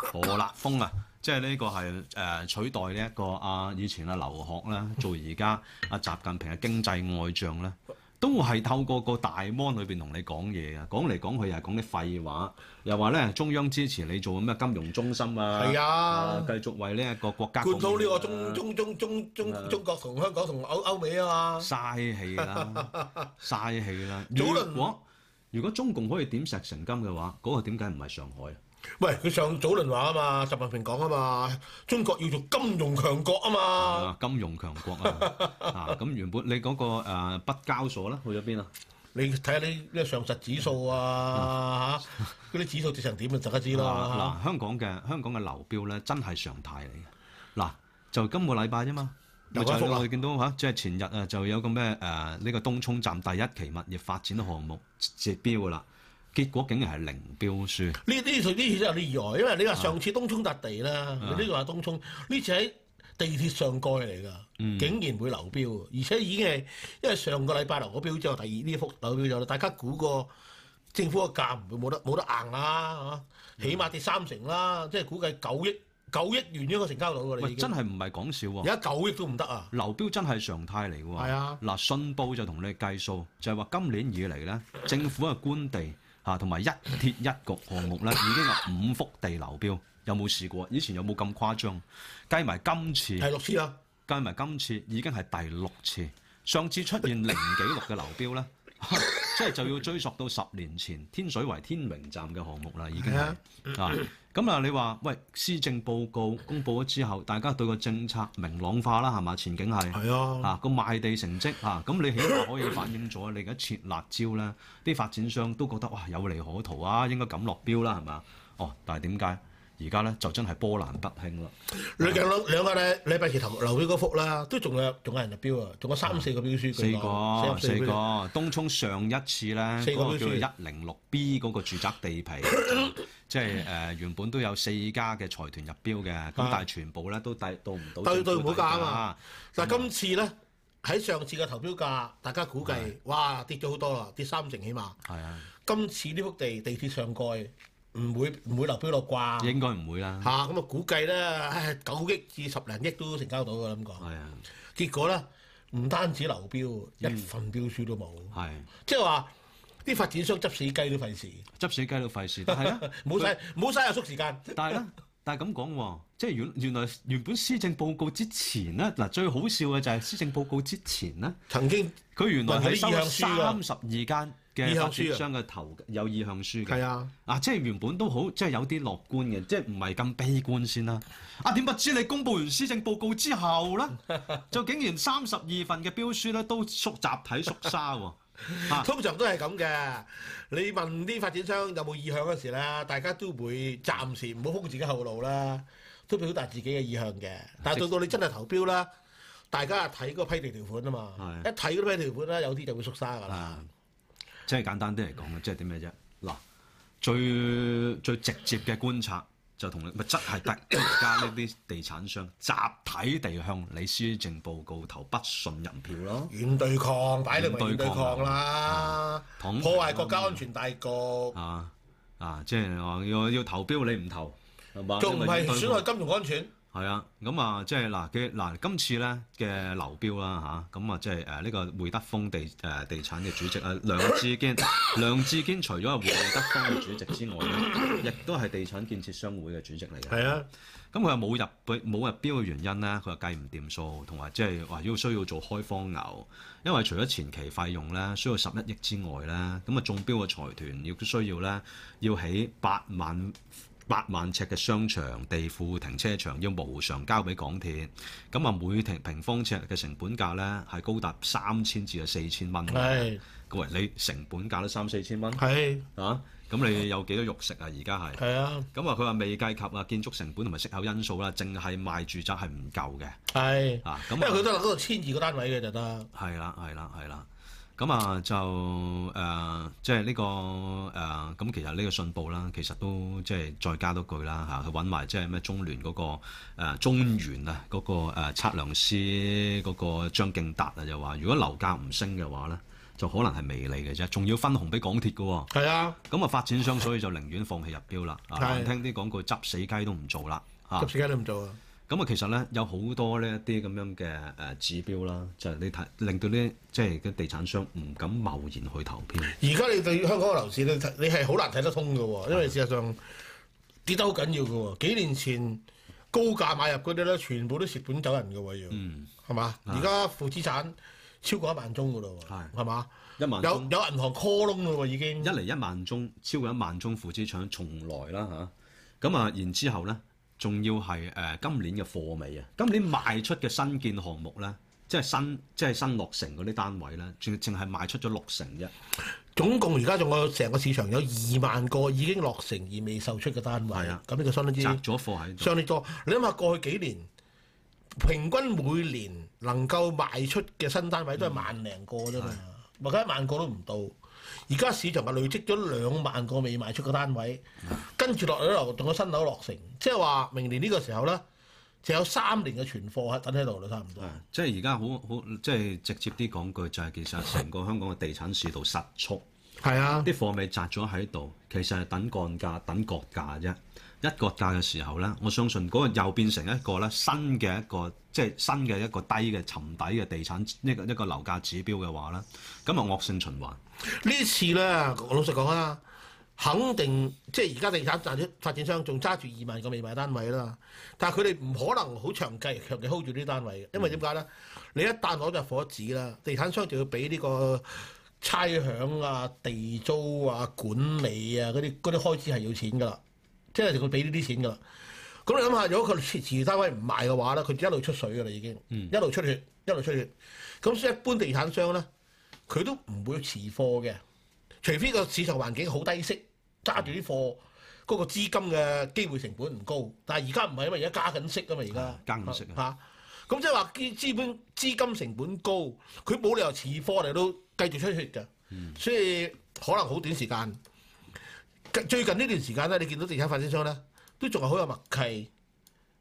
S1: 何立峰啊。即係呢個係誒、呃取代呢、一個啊以前啊劉鶴啦，做而家啊習近平嘅經濟外將啦，都係透過個大 mon 裏邊同你講嘢啊，講嚟講去又係講啲廢話，又話咧中央支持你做咩金融中心啊，
S2: 係
S1: 啊
S2: 啊，
S1: 繼續為呢一個國家
S2: 灌到呢個
S1: 貢獻啊
S2: 中中中中中中國同香港同歐歐美啊嘛。
S1: 嘥氣 啦，嘥氣啦！
S2: 早
S1: 如
S2: 輪
S1: 果如果中共可以點石成金嘅話，嗰、個點解唔係上海啊？
S2: 喂，佢上早輪話啊嘛，習近平講啊嘛，中國要做金融強國啊嘛。
S1: 啊，金融強 國啊！啊，咁原本你嗰、個、呃、北交所咧去咗邊啊？
S2: 你睇下呢呢上實指數啊，
S1: 嗯
S2: 嚇嗰啲指數跌成點就大家知啦。
S1: 啊嗱，香港嘅香港嘅流標咧，真係常態嚟嘅。嗱，就今個禮拜啫嘛。
S2: 又
S1: 咪就
S2: 一幅
S1: 係
S2: 啦
S1: 我哋見到嚇，即係前日啊，就有個咩誒呢個東涌站第一期物業發展項目截標噶啦，結果竟然係零標書。
S2: 呢呢次呢次真有啲意外，因為
S1: 啊
S2: 你話上次東涌笪地啦，你呢度話東涌，呢次喺地鐵上蓋嚟
S1: 嗯
S2: 㗎，竟然會流標，而且已經係因為上個禮拜流咗標之後，第二呢幅流標咗啦，大家估個政府嘅價唔會冇得冇得硬啦，
S1: 嗯
S2: 係嘛起碼跌三成啦，即係估計九億九億元一個成交到㗎啦，
S1: 喂，
S2: 已
S1: 真
S2: 經。
S1: 係唔係講笑
S2: 而
S1: 喎。
S2: 家九億都唔得啊！
S1: 流標真係常態嚟嘅喎。
S2: 係啊
S1: 嗱，信報就同你計數，就係話今年以嚟咧，政府嘅官地嚇同埋一鐵一局項目咧，已經有五幅地流標，有冇試過？以前有冇咁誇張？計埋今次
S2: 第。六啊次啦，
S1: 計埋今次已經係第六次，上次出現零紀錄嘅流標咧， 即係就要追溯到十年前天水圍天榮站嘅項目啦，已經係啊。咁啊，你話喂，施政報告公佈咗之後，大家對個政策明朗化啦，係嘛？前景係。
S2: 係啊，
S1: 啊，個賣地成績啊，咁你起碼可以反映咗你而家切辣椒咧，啲發展商都覺得哇有利可圖啊，應該咁落標啦，係嘛？哦，但係點解而家咧就真係波瀾不興啦？
S2: 兩兩兩個禮禮拜前頭留咗嗰幅啦，都仲有仲有人入標啊，仲有三四個標書
S1: 四
S2: 據
S1: 個
S2: 講，
S1: 四
S2: 個
S1: 個，東涌上一次咧，
S2: 四個
S1: 嗰個叫
S2: 標
S1: 做
S2: 書
S1: 一零六 B 嗰個住宅地皮， 即係誒原本都有四家嘅財團入標嘅，咁
S2: 啊
S1: 但係全部咧都抵到唔到
S2: 對
S1: 政府
S2: 對唔好價啊嘛
S1: 底
S2: 但係今次咧喺上次嘅投標價，大家估計哇跌咗好多啦，跌三成起碼。
S1: 價，係啊，
S2: 今次呢幅地地鐵上蓋唔會唔會流標落啩？
S1: 應該唔會啦
S2: 嚇，咁啊，估計咧，唉九億至十零億都成交到㗎啦咁講。
S1: 係啊，
S2: 結果咧，唔單止流標，
S1: 嗯
S2: 一份標書都冇，
S1: 係
S2: 即係話啲發展商執死雞都費事，
S1: 執死雞都費事，但係咧，
S2: 冇晒冇晒阿叔時間。
S1: 但係咧， 但係咁講喎，即係原原來原本施政報告之前咧，嗱最好笑嘅就係施政報告之前咧。
S2: 曾經
S1: 佢原來係收咗三
S2: 問
S1: 十二間嘅發展商嘅頭有意向書嘅，
S2: 係啊，
S1: 啊，即係原本都好，即係有啲樂觀嘅，即係唔係咁悲觀先啦。啊，點不知你公佈完施政報告之後咧，就竟然三十二份嘅標書咧都縮集體縮沙喎。啊
S2: 通常都係咁嘅。你問啲發展商有冇意向嗰時咧，大家都會暫時唔好封自己後路啦，都表達自己嘅意向嘅。但係到到你真係投標啦，大家係睇嗰批地條款啊嘛，一
S1: 係
S2: 睇嗰批條款咧，有啲就會縮沙㗎啦。
S1: 啊，即係簡單啲嚟講咧，即係點咩啫？嗱，最最直接嘅觀察就同你咪真係得而家呢啲地產 商集體地向你施政報告投不信任票咯。
S2: 軟對抗，擺明係
S1: 軟
S2: 軟
S1: 對
S2: 對
S1: 抗
S2: 抗啦，
S1: 躺平
S2: 嗯破壞國家安全大局，仲
S1: 啊啊，即係話要要投標你唔投，係嘛？
S2: 唔係損害金融安全？
S1: 係啊，咁啊，即係嗱嘅嗱，今次咧嘅流標啦吓，咁啊，即係誒呢個匯德豐地誒、地產嘅主席啊梁志堅，梁志堅除咗係匯德豐嘅主席之外咧，亦都係地產建設商會嘅主席嚟嘅。
S2: 係啊，
S1: 咁佢又冇入標冇入標嘅原因咧，佢又計唔掂數，同埋即係話要需要做開荒牛，因為除咗前期費用咧需要十一億之外咧，咁啊中標嘅財團亦都需要咧要起八萬八萬尺嘅商場地庫停車場要無償交俾港鐵，咁啊每平平方尺嘅成本價咧係高達三千至到四千蚊嘅。
S2: 係
S1: 喂，你成本價都三四千蚊
S2: 係
S1: 啊？咁你有幾多肉食啊？而家係？
S2: 係啊，
S1: 咁啊，佢話未計及啊建築成本同埋息口因素啦，淨係賣住宅係唔夠嘅
S2: 係，
S1: 啊。咁
S2: 因為佢都係嗰度千二個單位嘅就得。
S1: 係啦，係啦，係啦。咁啊就誒、呃即係呢、個誒，呃咁、其實呢個信報啦，其實都即係再加多句啦嚇，佢揾埋即係咩中聯嗰、個、呃、中原啊嗰、個、呃、測量師嗰個張敬達啊，就話如果樓價唔升嘅話咧，就可能係微利嘅啫，仲要分紅俾港鐵嘅喎。
S2: 係啊，
S1: 咁啊，發展商所以就寧願放棄入標啦，啊
S2: 係
S1: 難聽啲講句執死雞都唔做啦嚇。
S2: 執時間都唔做啊。
S1: 咁啊，其實咧有好多呢一啲咁樣嘅誒指標啦，就係、你睇令到呢即係嘅地產商唔敢貿然去投標。
S2: 而家你對香港嘅樓市，你睇你係好難睇得通嘅喎，因為事實上跌得好緊要嘅喎。幾年前高價買入嗰啲咧，全部都蝕本走人嘅喎，要
S1: 嗯
S2: 係嘛？而家負資產超過一萬宗嘅咯
S1: 啊係
S2: 喎，係嘛？
S1: 一萬
S2: 有有
S1: 宗
S2: 銀行 call 窿嘅喎，已經
S1: 一嚟一萬宗，超過一萬宗負資產，從來啦嚇。咁啊，然之後咧，仲要係誒、呃今年嘅貨尾啊，今年賣出嘅新建項目咧，即係新即係新落成嗰啲單位咧，淨淨係賣出咗六成啫。
S2: 總共而家仲有成個市場有二萬個已經落成而未售出嘅單位，
S1: 係啊
S2: 咁呢個相當之
S1: 摘咗貨喺度，
S2: 相當多。你諗下過去幾年，平均每年能夠賣出嘅新單位都係萬零個啫嘛，或者一萬個都唔到。而家市場係累積咗兩萬個未賣出嘅單位，跟住落嚟樓仲有新樓落成，即係話明年呢個時候咧，就有三年嘅存貨喺等喺度啦，差唔多。
S1: 即係而家好好即係直接啲講句，就係、其實成個香港嘅地產市道失速。
S2: 係啊，
S1: 啲貨咪擲咗喺度，其實係等降價、等割價啫。一割價嘅時候咧，我相信嗰個又變成一個咧新嘅一個，即係新嘅一個低嘅沉底嘅地產一個一個樓價指標嘅話咧，咁啊惡性循環。
S2: 呢次咧，我老實講啊，肯定即係而家地產發展發展商仲揸住二萬個未賣單位啦，但係佢哋唔可能好長計長期 hold 住呢啲單位嘅，因為點解咧？你一旦攞入火紙啦，地產商就要俾呢個差餉啊、地租啊、管理啊嗰啲嗰啲開支係要錢噶啦，即係佢俾呢啲錢噶啦。咁你諗下，如果佢設置單位唔賣嘅話咧，佢一路出水噶啦已經，一路出血，一路出血。咁所以一般地產商咧。佢都唔會持貨嘅，除非個市場環境好低息，揸住啲貨嗰、個資金嘅機會成本唔高。但係而家唔係，因為而家加緊息啊嘛，而家
S1: 加緊息啊
S2: 嚇。咁即係話資資本資金成本高，佢冇理由持貨嚟到繼續出血嘅，
S1: 嗯
S2: 所以可能好短時間。近最近呢段時間咧，你見到地產發展商咧都仲係好有默契，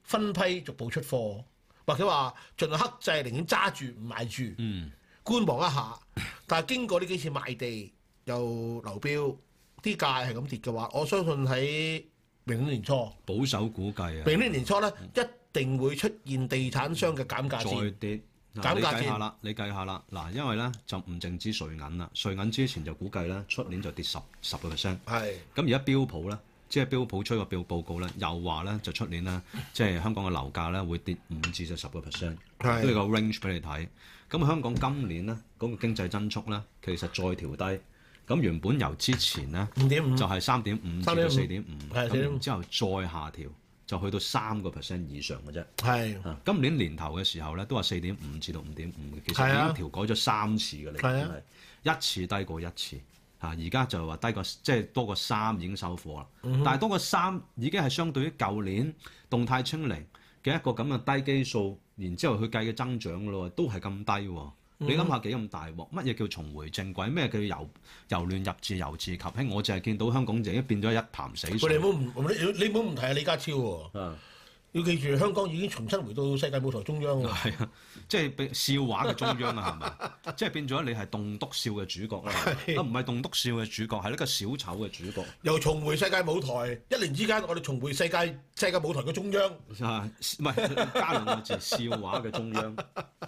S2: 分批逐步出貨，或者話盡量克制，寧願揸住唔賣住。
S1: 嗯，
S2: 觀望一下。但係經過呢幾次賣地又流標，啲價係咁跌嘅話，我相信喺明年年初，
S1: 保守估計啊。
S2: 明年年初咧一定會出現地產商嘅減價
S1: 再
S2: 戰。
S1: 跌。嗱，
S2: 減
S1: 你
S2: 價
S1: 計
S2: 戰
S1: 下啦，你計下啦。嗱，因為咧就唔淨止瑞銀啦，瑞銀之前就估計咧出年就跌十十個 percent。
S2: 係
S1: 咁而家標普咧，即係標普出個報報告咧，又話咧就出年咧，即係香港嘅樓價咧會跌五至就十個 percent，
S2: 係
S1: 都有個 range 俾你睇。咁香港今年咧嗰、個經濟增速咧，其實再調低。咁原本由之前咧
S2: 五點五
S1: 就，係嗯三點五至到四點五，
S2: 係
S1: 咁然之後再下調就去到三個 percent 以上嘅啫。
S2: 係
S1: 啊，今年年頭嘅時候咧，都話四點五至到五點五嘅，其
S2: 係
S1: 實
S2: 啊
S1: 已經調改咗三次嘅啦，
S2: 係啊
S1: 已經係一次低過一次。嚇，而家就話低過即係多過三已經收貨啦。
S2: 嗯
S1: 但係多過三已經係相對於舊年動態清零嘅一個咁嘅低基數，然之後佢計嘅增長咯，都係咁低喎。
S2: 嗯
S1: 你諗下幾咁大鑊？乜嘢叫重回正軌？咩叫由由亂入治，由治及興？我就係見到香港就已經變咗一潭死
S2: 喂，你
S1: 水
S2: 唔。好唔你你唔好唔提啊李家超喎，
S1: 啊
S2: 要記住香港已經重新回到世界舞台中央喎。
S1: 係啊，即係俾笑話嘅中央啦，係咪？即係 變咗你係棟篤笑嘅主 角啦，啊唔係棟篤笑嘅主角，係一個小丑嘅主角，
S2: 又重回世界舞台，一年之間我哋重回世界世界舞台嘅中央。
S1: 啊唔係加兩個字笑話嘅中 央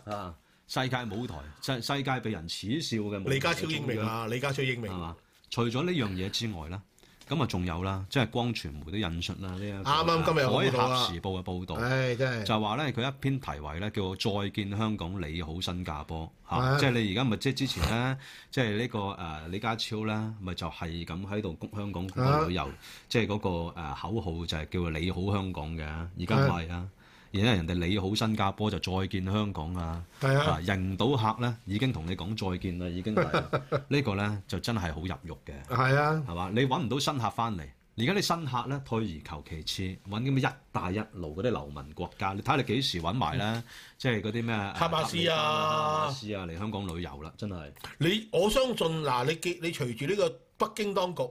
S1: 啊！世界舞台，世世界被人恥笑嘅舞台
S2: 李家超英明
S1: 中央，
S2: 啊，李家超英明
S1: 係。嘛？除咗呢樣嘢之外啦。咁啊，仲有啦，即係光傳媒都引述啦，呢一個
S2: 啱啱今日有
S1: 海
S2: 報道
S1: 峽
S2: 啊
S1: 時報嘅報導，
S2: 唉，真係
S1: 就話咧，佢一篇題為咧叫做《再見香港，你好新加坡》嚇、
S2: 係
S1: 即係你而家咪即係之前咧，即係呢、個誒、呃李家超咧，咪就係咁喺度谷香港公
S2: 啊
S1: 共旅遊，即係嗰、個、呃、口號就係叫做你好香港嘅，而家唔係啊，而家人哋你好新加坡就再見香港啊，
S2: 係啊
S1: 啊，認到客咧已經同你講再見啦，已經係呢個咧就真係好入肉嘅。
S2: 係啊。
S1: 係嘛？你揾唔到新客翻嚟，而家啲新客咧退而求其次，揾咁嘅一帶一路嗰啲流民國家，你睇下你幾時揾埋咧？即係嗰啲咩
S2: 嗯
S1: 呃
S2: 哈馬斯啊
S1: 哈馬斯啊嚟香港旅遊啦，真係
S2: 你我相信嗱，你記你隨住呢個北京當局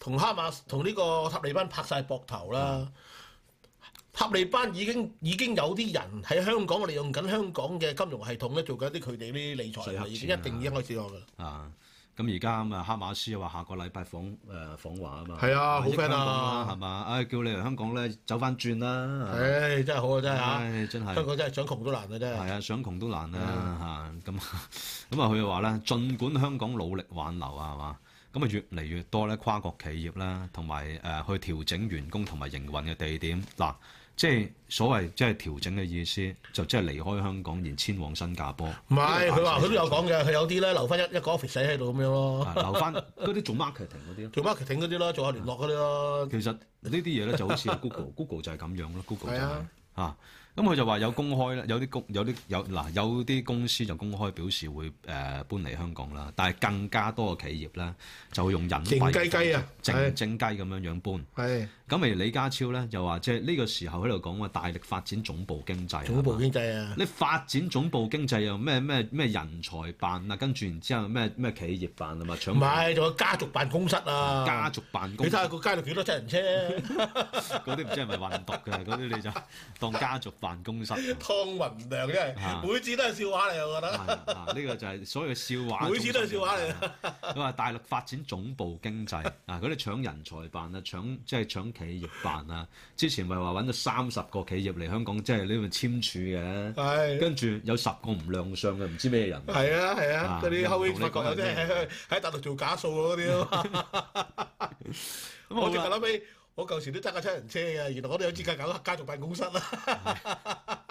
S2: 同哈馬斯同呢個塔利班拍晒膊頭
S1: 啊
S2: 啦，塔利班已經已經有啲人喺香港利用緊香港嘅金融系統咧，做緊啲佢哋啲理財啦，已
S1: 洗黑
S2: 經
S1: 錢啊
S2: 一定已經開始咗噶啦。
S1: 啊！咁而家咁啊，哈馬斯又話下個禮拜訪誒訪華啊嘛，
S2: 係啊好
S1: 益
S2: friend 啊
S1: 香港啦係嘛？唉，叫你嚟香港咧走翻轉啦，
S2: 唉，真係好啊，真係嚇，
S1: 唉，真係
S2: 香。港真係想窮都難啊，真係。
S1: 係啊，想窮都難啦嚇，咁咁啊佢 又話咧，儘管香港努力挽留啊，係嘛，咁啊越嚟越多咧跨國企業啦，同埋誒去調整員工同埋營運嘅地點嗱。即係所謂即係調整嘅意思，就即係離開香港，然遷往新加坡。
S2: 唔係，佢話佢都有
S1: 啊，
S2: 講嘅，佢有啲咧留翻一一個 office 仔喺度咁樣咯，
S1: 留翻嗰啲做 marketing 嗰啲咯。
S2: 做 marketing 嗰啲咯，做下聯絡嗰啲咯，
S1: 其實呢啲嘢咧就好似 Google，Google 就係咁樣咯，Google 就
S2: 係
S1: 係、
S2: 啊
S1: 啊。咁佢就話有公開啦，有啲公有啲有嗱有啲公司就公開表示會誒、呃搬嚟香港啦，但係更加多嘅企業咧就會用隱蔽
S2: 靜
S1: 嘅
S2: 雞雞啊
S1: 方式
S2: 係
S1: 靜靜雞咁樣樣搬。
S2: 係
S1: 咁而李家超咧又話即係呢個時候喺度講話大力發展總部經濟啊。
S2: 總部經濟啊。
S1: 你發展總部經濟又咩咩咩人才辦啊，跟住然之後咩咩企業辦啊嘛，搶
S2: 唔係，仲有家族辦公室啊！
S1: 家族辦
S2: 你
S1: 公
S2: 睇下個街度幾多七人車，
S1: 嗰啲唔知係咪運毒嘅，嗰啲你就當家族辦公室。
S2: 湯雲亮真
S1: 啊
S2: 係每次都係笑話嚟，我覺
S1: 係
S2: 得。
S1: 啊呢個就係所有嘅笑話。
S2: 每次都係笑話嚟
S1: 嚟。佢話啊大陸發展總部經濟啊，嗰啲搶人才辦啊，搶即係搶企業辦啊。之前咪話揾咗三十個企業嚟香港，即係呢度簽署嘅，
S2: 係
S1: 跟住有十個唔亮相嘅，唔知咩人。
S2: 係啊係啊
S1: 啊，
S2: 嗰啲後尾
S1: 唔同
S2: 發
S1: 你
S2: 覺
S1: 講
S2: 有啲
S1: 有啲
S2: 喺喺大陸做假數嗰啲啊嘛。
S1: 咁好
S2: 我直頭
S1: 啦
S2: 諗起，我舊時都揸架七人車嘅，原來我都有資格搞家族辦公室啦。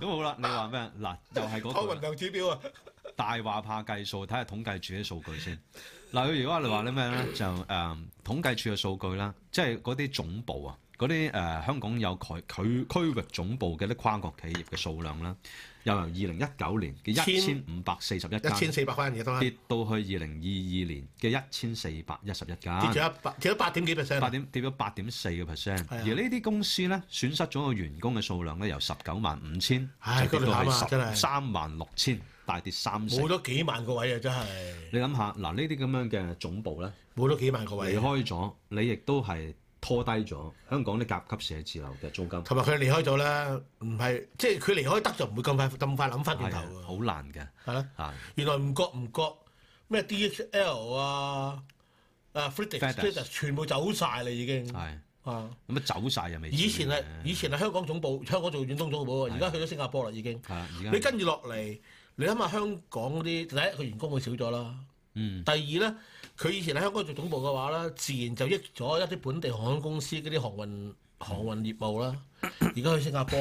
S1: 咁好啦，你話咩？嗱，又係
S2: 湯
S1: 嗰句
S2: 雲
S1: 啦。
S2: 亮指標啊，
S1: 大話怕計數，睇下統計處啲數據先。嗱，佢如果你話啲咩 咧，就誒、統計處嘅數據啦，即係嗰啲總部啊，嗰啲誒香港有區區區域總部嘅啲跨國企業嘅數量啦，又由二零一九年嘅一千五百四十一
S2: 一千
S1: 間
S2: 四百蚊嘢都係
S1: 跌到去二零二二年嘅一千四百一十一間
S2: 跌。咗一百，跌咗八點幾 percent
S1: 八
S2: 啊。
S1: 點跌咗八點四個 percent，
S2: 係
S1: 而
S2: 啊
S1: 呢啲公司咧損失咗個員工嘅數量咧，由十九萬五千
S2: 唉
S1: 就跌到
S2: 嗰度慘啊真
S1: 係
S2: 係
S1: 十三萬六千，大跌三成
S2: 冇。咗幾萬個位啊，真係
S1: 你諗下，嗱呢啲咁樣嘅總部咧，
S2: 冇咗幾萬個
S1: 離
S2: 位啊。
S1: 開咗，你亦都係拖低咗香港啲甲級寫字樓嘅租金，
S2: 同埋佢離開咗啦，唔係即係佢離開得就唔會咁快咁快諗翻轉
S1: 係
S2: 頭
S1: 啊
S2: 㗎，
S1: 好難嘅
S2: 係啦。
S1: 啊！
S2: 原來唔覺唔覺咩 DHL 啊啊 FedEx
S1: FedEx
S2: FedEx 全部走晒啦已經
S1: 係
S2: 啊！
S1: 咁啊走晒又未至於嘅。
S2: 以前係以前係香港總部，香港做遠東總部啊，而家去咗新加坡啦已經。
S1: 係啊，而家
S2: 你跟住落嚟，你諗下香港嗰啲，第一佢員工會少咗啦，
S1: 嗯
S2: 第二咧佢以前喺香港做總部嘅話咧，自然就益咗一啲本地航空公司嗰啲航
S1: 嗯
S2: 運航運業務啦。而家去新加坡，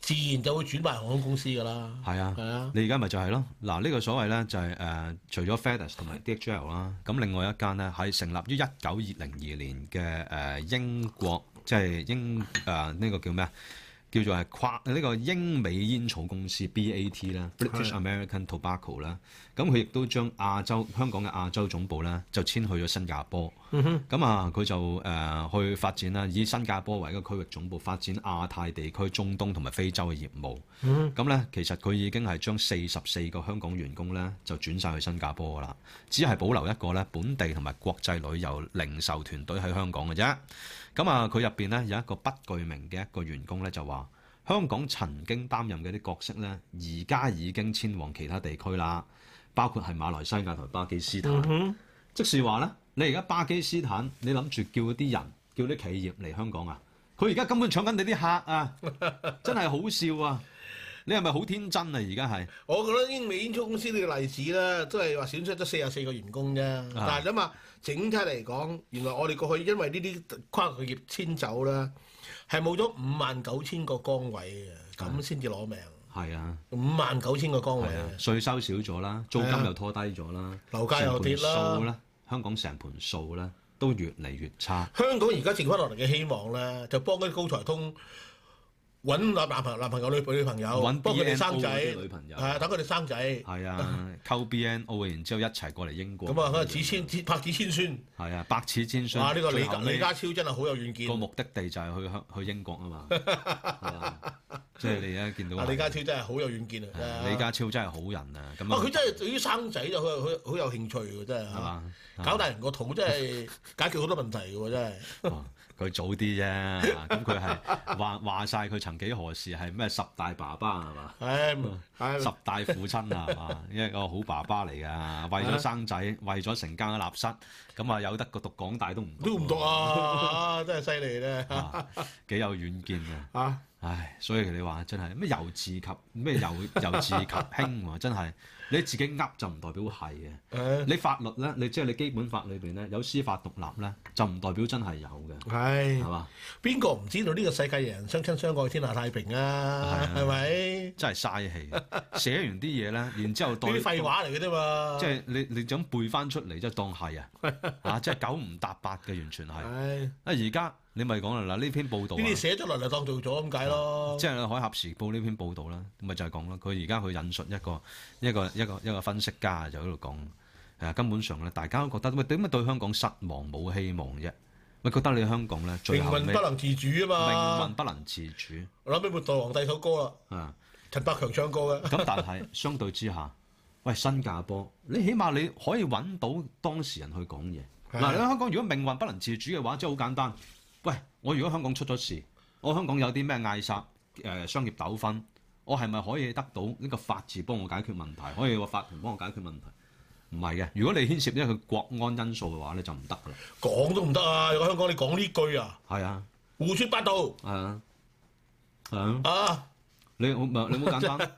S2: 自然就會轉賣航空公司噶啦。
S1: 係啊
S2: 係啊，
S1: 你而家咪就係咯，嗱呢個所謂咧就係、誒、除咗 FedEx 同埋 DHL 啦，咁另外一間咧係成立於一九二零二年嘅誒、英國，即係英誒呢、個叫咩啊？叫做係跨呢、個英美煙草公司 BAT 啦，British American Tobacco 啦，咁佢亦都將亞洲香港嘅亞洲總部咧就遷去咗新加坡，咁啊佢就誒、去發展啦，以新加坡為一個區域總部發展亞太地區、中東同埋非洲嘅業務。咁咧，其實佢已經係將四十四個香港員工咧就轉晒去新加坡噶啦，只係保留一個咧本地同埋國際旅遊零售團隊喺香港嘅啫。咁啊，佢入邊咧有一個不具名嘅一個員工咧就話：香港曾經擔任嘅啲角色咧，而家已經遷往其他地區啦，包括係馬來西亞同埋巴基斯坦。即是話咧，你而家巴基斯坦，你諗住叫啲人、叫啲企業嚟香港啊？佢而家根本搶緊你啲客 啊！真係好笑啊！你係咪好天真啊？而家係
S2: 我覺得英美煙草公司呢個例子咧，都係話損失咗四十四個員工啫。
S1: 啊
S2: 但係諗下整體嚟講，原來我哋過去因為呢啲跨國企業遷走咧，係冇咗五萬九千個崗位
S1: 啊
S2: 嘅，咁先至攞命。
S1: 係啊
S2: 五萬九千個崗位
S1: 係啊，税收少咗啦，租金又拖低咗啦，
S2: 啊樓價又跌
S1: 成
S2: 啦
S1: 盤數啦，香港成盤數啦都越嚟越差。
S2: 香港而家剩翻落嚟嘅希望咧，就幫嗰啲高才通揾男男朋友、男朋友女女朋友
S1: 搵，
S2: 幫佢哋
S1: BNO
S2: 生仔，
S1: 嗰啲女朋友
S2: 係啊，等佢哋生仔，
S1: 係 啊，溝 BNO 然之後一齊過嚟英國。
S2: 咁啊，佢子千子拍子千孫，
S1: 係啊，百此千尋。
S2: 哇！呢個李
S1: 最後尾
S2: 李家超真係好有遠
S1: 個
S2: 見，
S1: 目的地就係去香去英國啊 嘛。係啊即係你而家見到
S2: 啊！李家
S1: 係
S2: 超真係好有遠見啊！
S1: 啊李家超真啊係好人啊！咁
S2: 啊，
S1: 啊，
S2: 佢真係對於生仔就好有好有好有興趣嘅，真係
S1: 係
S2: 嚇
S1: 嘛？
S2: 搞大人個肚真係解決好多問題嘅喎，真係。
S1: 哦佢早啲啫，咁佢係話話晒佢曾幾何時係咩十大爸爸係嘛？
S2: 唉，
S1: 啊
S2: 唉
S1: 十大父親啊，係嘛？一個好爸爸嚟噶，為
S2: 啊
S1: 咗生仔，為咗成家立室，咁啊有得個讀港大都唔
S2: 都唔讀
S1: 喎，
S2: 啊！真係犀利咧嚇
S1: 啊幾有遠見啊！
S2: 嚇。
S1: 唉，所以你話真係咩由自及咩由由自及興喎，真係你自己噏就唔代表係嘅。
S2: 唉
S1: 你法律咧，你即係你基本法裏邊咧有司法獨立咧，就唔代表真係有嘅，
S2: 唉
S1: 係。嘛？
S2: 邊個唔知道呢個世界人人相親相愛天下太平啊？
S1: 係啊
S2: 係咪？
S1: 真係嘥氣。寫完啲嘢咧，然之後代
S2: 呢啲廢話嚟嘅啫嘛。
S1: 即係你你咁背翻出嚟，即係當係 啊，啊，即係九唔搭八嘅，完 全係。啊，
S2: 唉，呢
S1: 而家你咪講啦，嗱呢篇報道啊，啊
S2: 啲寫咗落嚟當做咗咁解咯。
S1: 即係《海峽時報》呢篇報道啦，咪就係講啦，佢而家佢引述一個一個一個一個分析家就喺度講，誒根本上咧，大家都覺得喂點解對香港失望冇希望啫？咪覺得你香港咧最
S2: 命
S1: 後尾
S2: 運不能自主啊
S1: 命
S2: 嘛
S1: 運。不能自主
S2: 我諗起末代皇帝首歌啦，
S1: 啊！
S2: 陳百強唱過嘅。
S1: 咁但係相對之下，喂新加坡，你起碼你可以揾到當事人去講嘢。
S2: 係
S1: 嗱，你喺香港如果命運不能自主嘅話，即係好簡單。喂，我如果香港出咗事，我香港有啲咩嗌殺，誒商業糾紛，我係咪可以得到呢個法治幫我解決問題？可以個法庭幫我解決問題？唔係嘅，如果你牽涉因為佢國安因素嘅話咧，就唔得噶啦。
S2: 講都唔得啊！如果香港你講呢句啊，
S1: 係啊，
S2: 胡說八道
S1: 係啊，係啊。
S2: 啊！
S1: 你好唔係你 好簡單，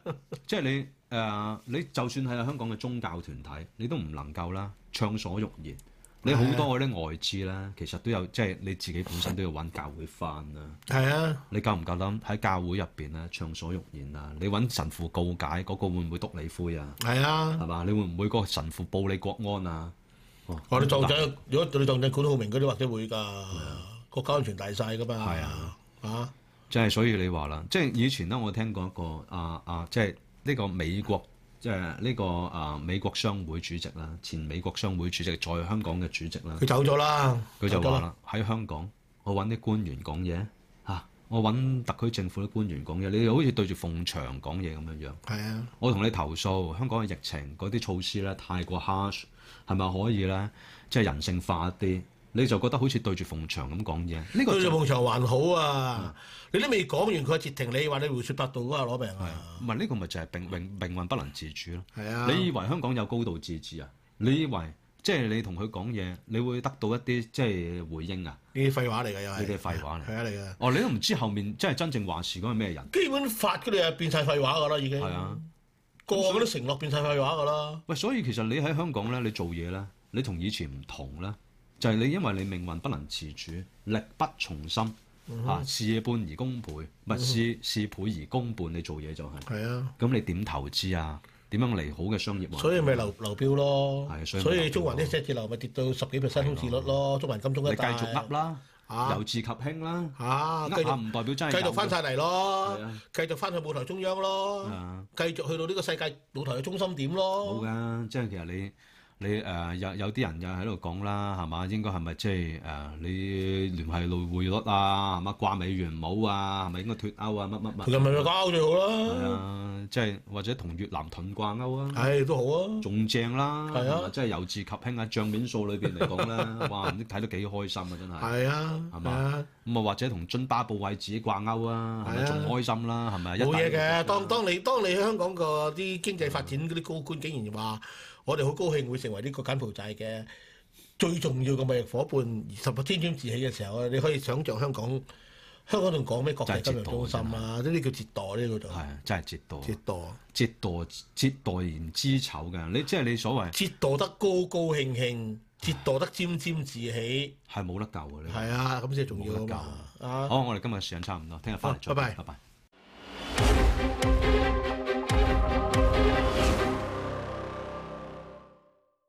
S1: 即係你誒、呃你就算係香港嘅宗教團體，你都唔能夠啦，暢所欲言。你好多嗰啲外資啦，其實都有即係你自己本身都要揾教會翻啦。
S2: 係啊，
S1: 你夠唔夠膽喺教會入邊咧暢所欲言啊？你揾神父告解嗰、個會唔會督你灰啊？
S2: 係啊！
S1: 係嘛？你會唔會個神父報你國安啊？哦
S2: 我哋撞仔，如果你撞仔管浩明嗰啲，或者會㗎，國家安全大晒㗎嘛。
S1: 係啊，
S2: 啊！
S1: 即係所以你話啦，即係以前咧，我聽過一個啊啊，即係呢個美國即係呢個啊美國商會主席啦，前美國商會主席在香港嘅主席啦，
S2: 佢走咗啦，
S1: 佢就
S2: 走咗
S1: 話啦喺香港，我揾啲官員講嘢嚇，我揾特區政府啲官員講嘢，你哋好似對住鳳牆講嘢咁樣樣。
S2: 係啊，
S1: 我同你投訴香港嘅疫情嗰啲措施咧太過 harsh，係咪可以咧即係人性化一啲？你就覺得好似對住鳳牆咁講嘢，呢、個
S2: 對
S1: 就嗯
S2: 住夢場還好啊！你都未講完，佢就截停你話你胡說八道啊，攞命啊！
S1: 唔係呢個咪就係命命命運不能自主咯。
S2: 係啊，
S1: 你以為香港有高度自治啊？你以為即係你同佢講嘢，你會得到一啲即係回應啊？
S2: 呢啲廢話嚟㗎又
S1: 你
S2: 係，
S1: 哋廢話嚟。
S2: 係啊嚟㗎。
S1: 哦，你都唔知後面即係真正話事嗰係咩人。
S2: 基本法嗰啲啊變晒廢話㗎啦，已經。
S1: 係啊，
S2: 個個都承諾變晒廢話㗎啦。
S1: 喂，所以其實你喺香港咧，你做嘢咧，你同以前唔同咧，就係、你因為你命運不能自主，力不從心。嚇、事半而功倍，唔係事事倍而功半。你做嘢就係、
S2: 係啊，
S1: 咁你點投資啊？點樣嚟好嘅商業環境
S2: 所以咪流流標咯
S1: 係。所以咪
S2: 所
S1: 流
S2: 以
S1: 標
S2: 中環啲寫字樓咪跌到十幾 percent 空置率咯，中環金鐘
S1: 你
S2: 一
S1: 繼
S2: 帶。
S1: 續噏啦，
S2: 啊
S1: 由治及興啦，
S2: 啊，繼
S1: 噏下
S2: 續
S1: 唔代表真係
S2: 繼
S1: 有
S2: 續
S1: 嘅
S2: 翻晒嚟咯
S1: 係啊，
S2: 繼續翻去舞台中央咯，
S1: 啊
S2: 繼續去到呢個世界舞台嘅中心點
S1: 冇
S2: 咯。
S1: 㗎，即係其實你你誒、呃有有啲人又喺度講啦，係嘛？應該係咪即係誒你聯繫匯匯率啊，係嘛？掛美元冇啊，係咪應該脱歐啊？乜乜
S2: 佢
S1: 乜
S2: 咁咪咪搞最好
S1: 係
S2: 啦，
S1: 啊？即係或者同越南盾掛鈎啊？
S2: 唉都好啊。
S1: 仲正啦，
S2: 係啊
S1: 係嘛即係由治及興啊！帳面數裏邊嚟講啦， 哇，唔知睇得幾開心啊！真係
S2: 係啊，
S1: 係嘛
S2: 係嘛？
S1: 咁啊，或者同津巴布韋自己掛鈎啊，係咪
S2: 係啊
S1: 仲開心啦？係咪一
S2: 冇嘢
S1: 帶
S2: 嘅。當當你當你香港個啲經濟發展嗰啲高官竟然話，我哋好高興會成為呢個柬埔寨嘅最重要嘅貿易伙伴，而十個天轉自喜嘅時候你可以想像香港香港仲講咩國際金融中心啊？呢啲叫折墮呢個就
S1: 係啊真係折墮。
S2: 折墮，
S1: 折墮折墮言之醜嘅，你即係你所謂
S2: 折墮得高高興興，折墮得沾沾自喜，
S1: 係冇得救嘅呢個。
S2: 係啊，咁先係重要
S1: 嗯冇得
S2: 啊嘛啊！
S1: 好，我哋今日時間差唔多，聽日翻嚟再
S2: 好拜拜
S1: 拜拜。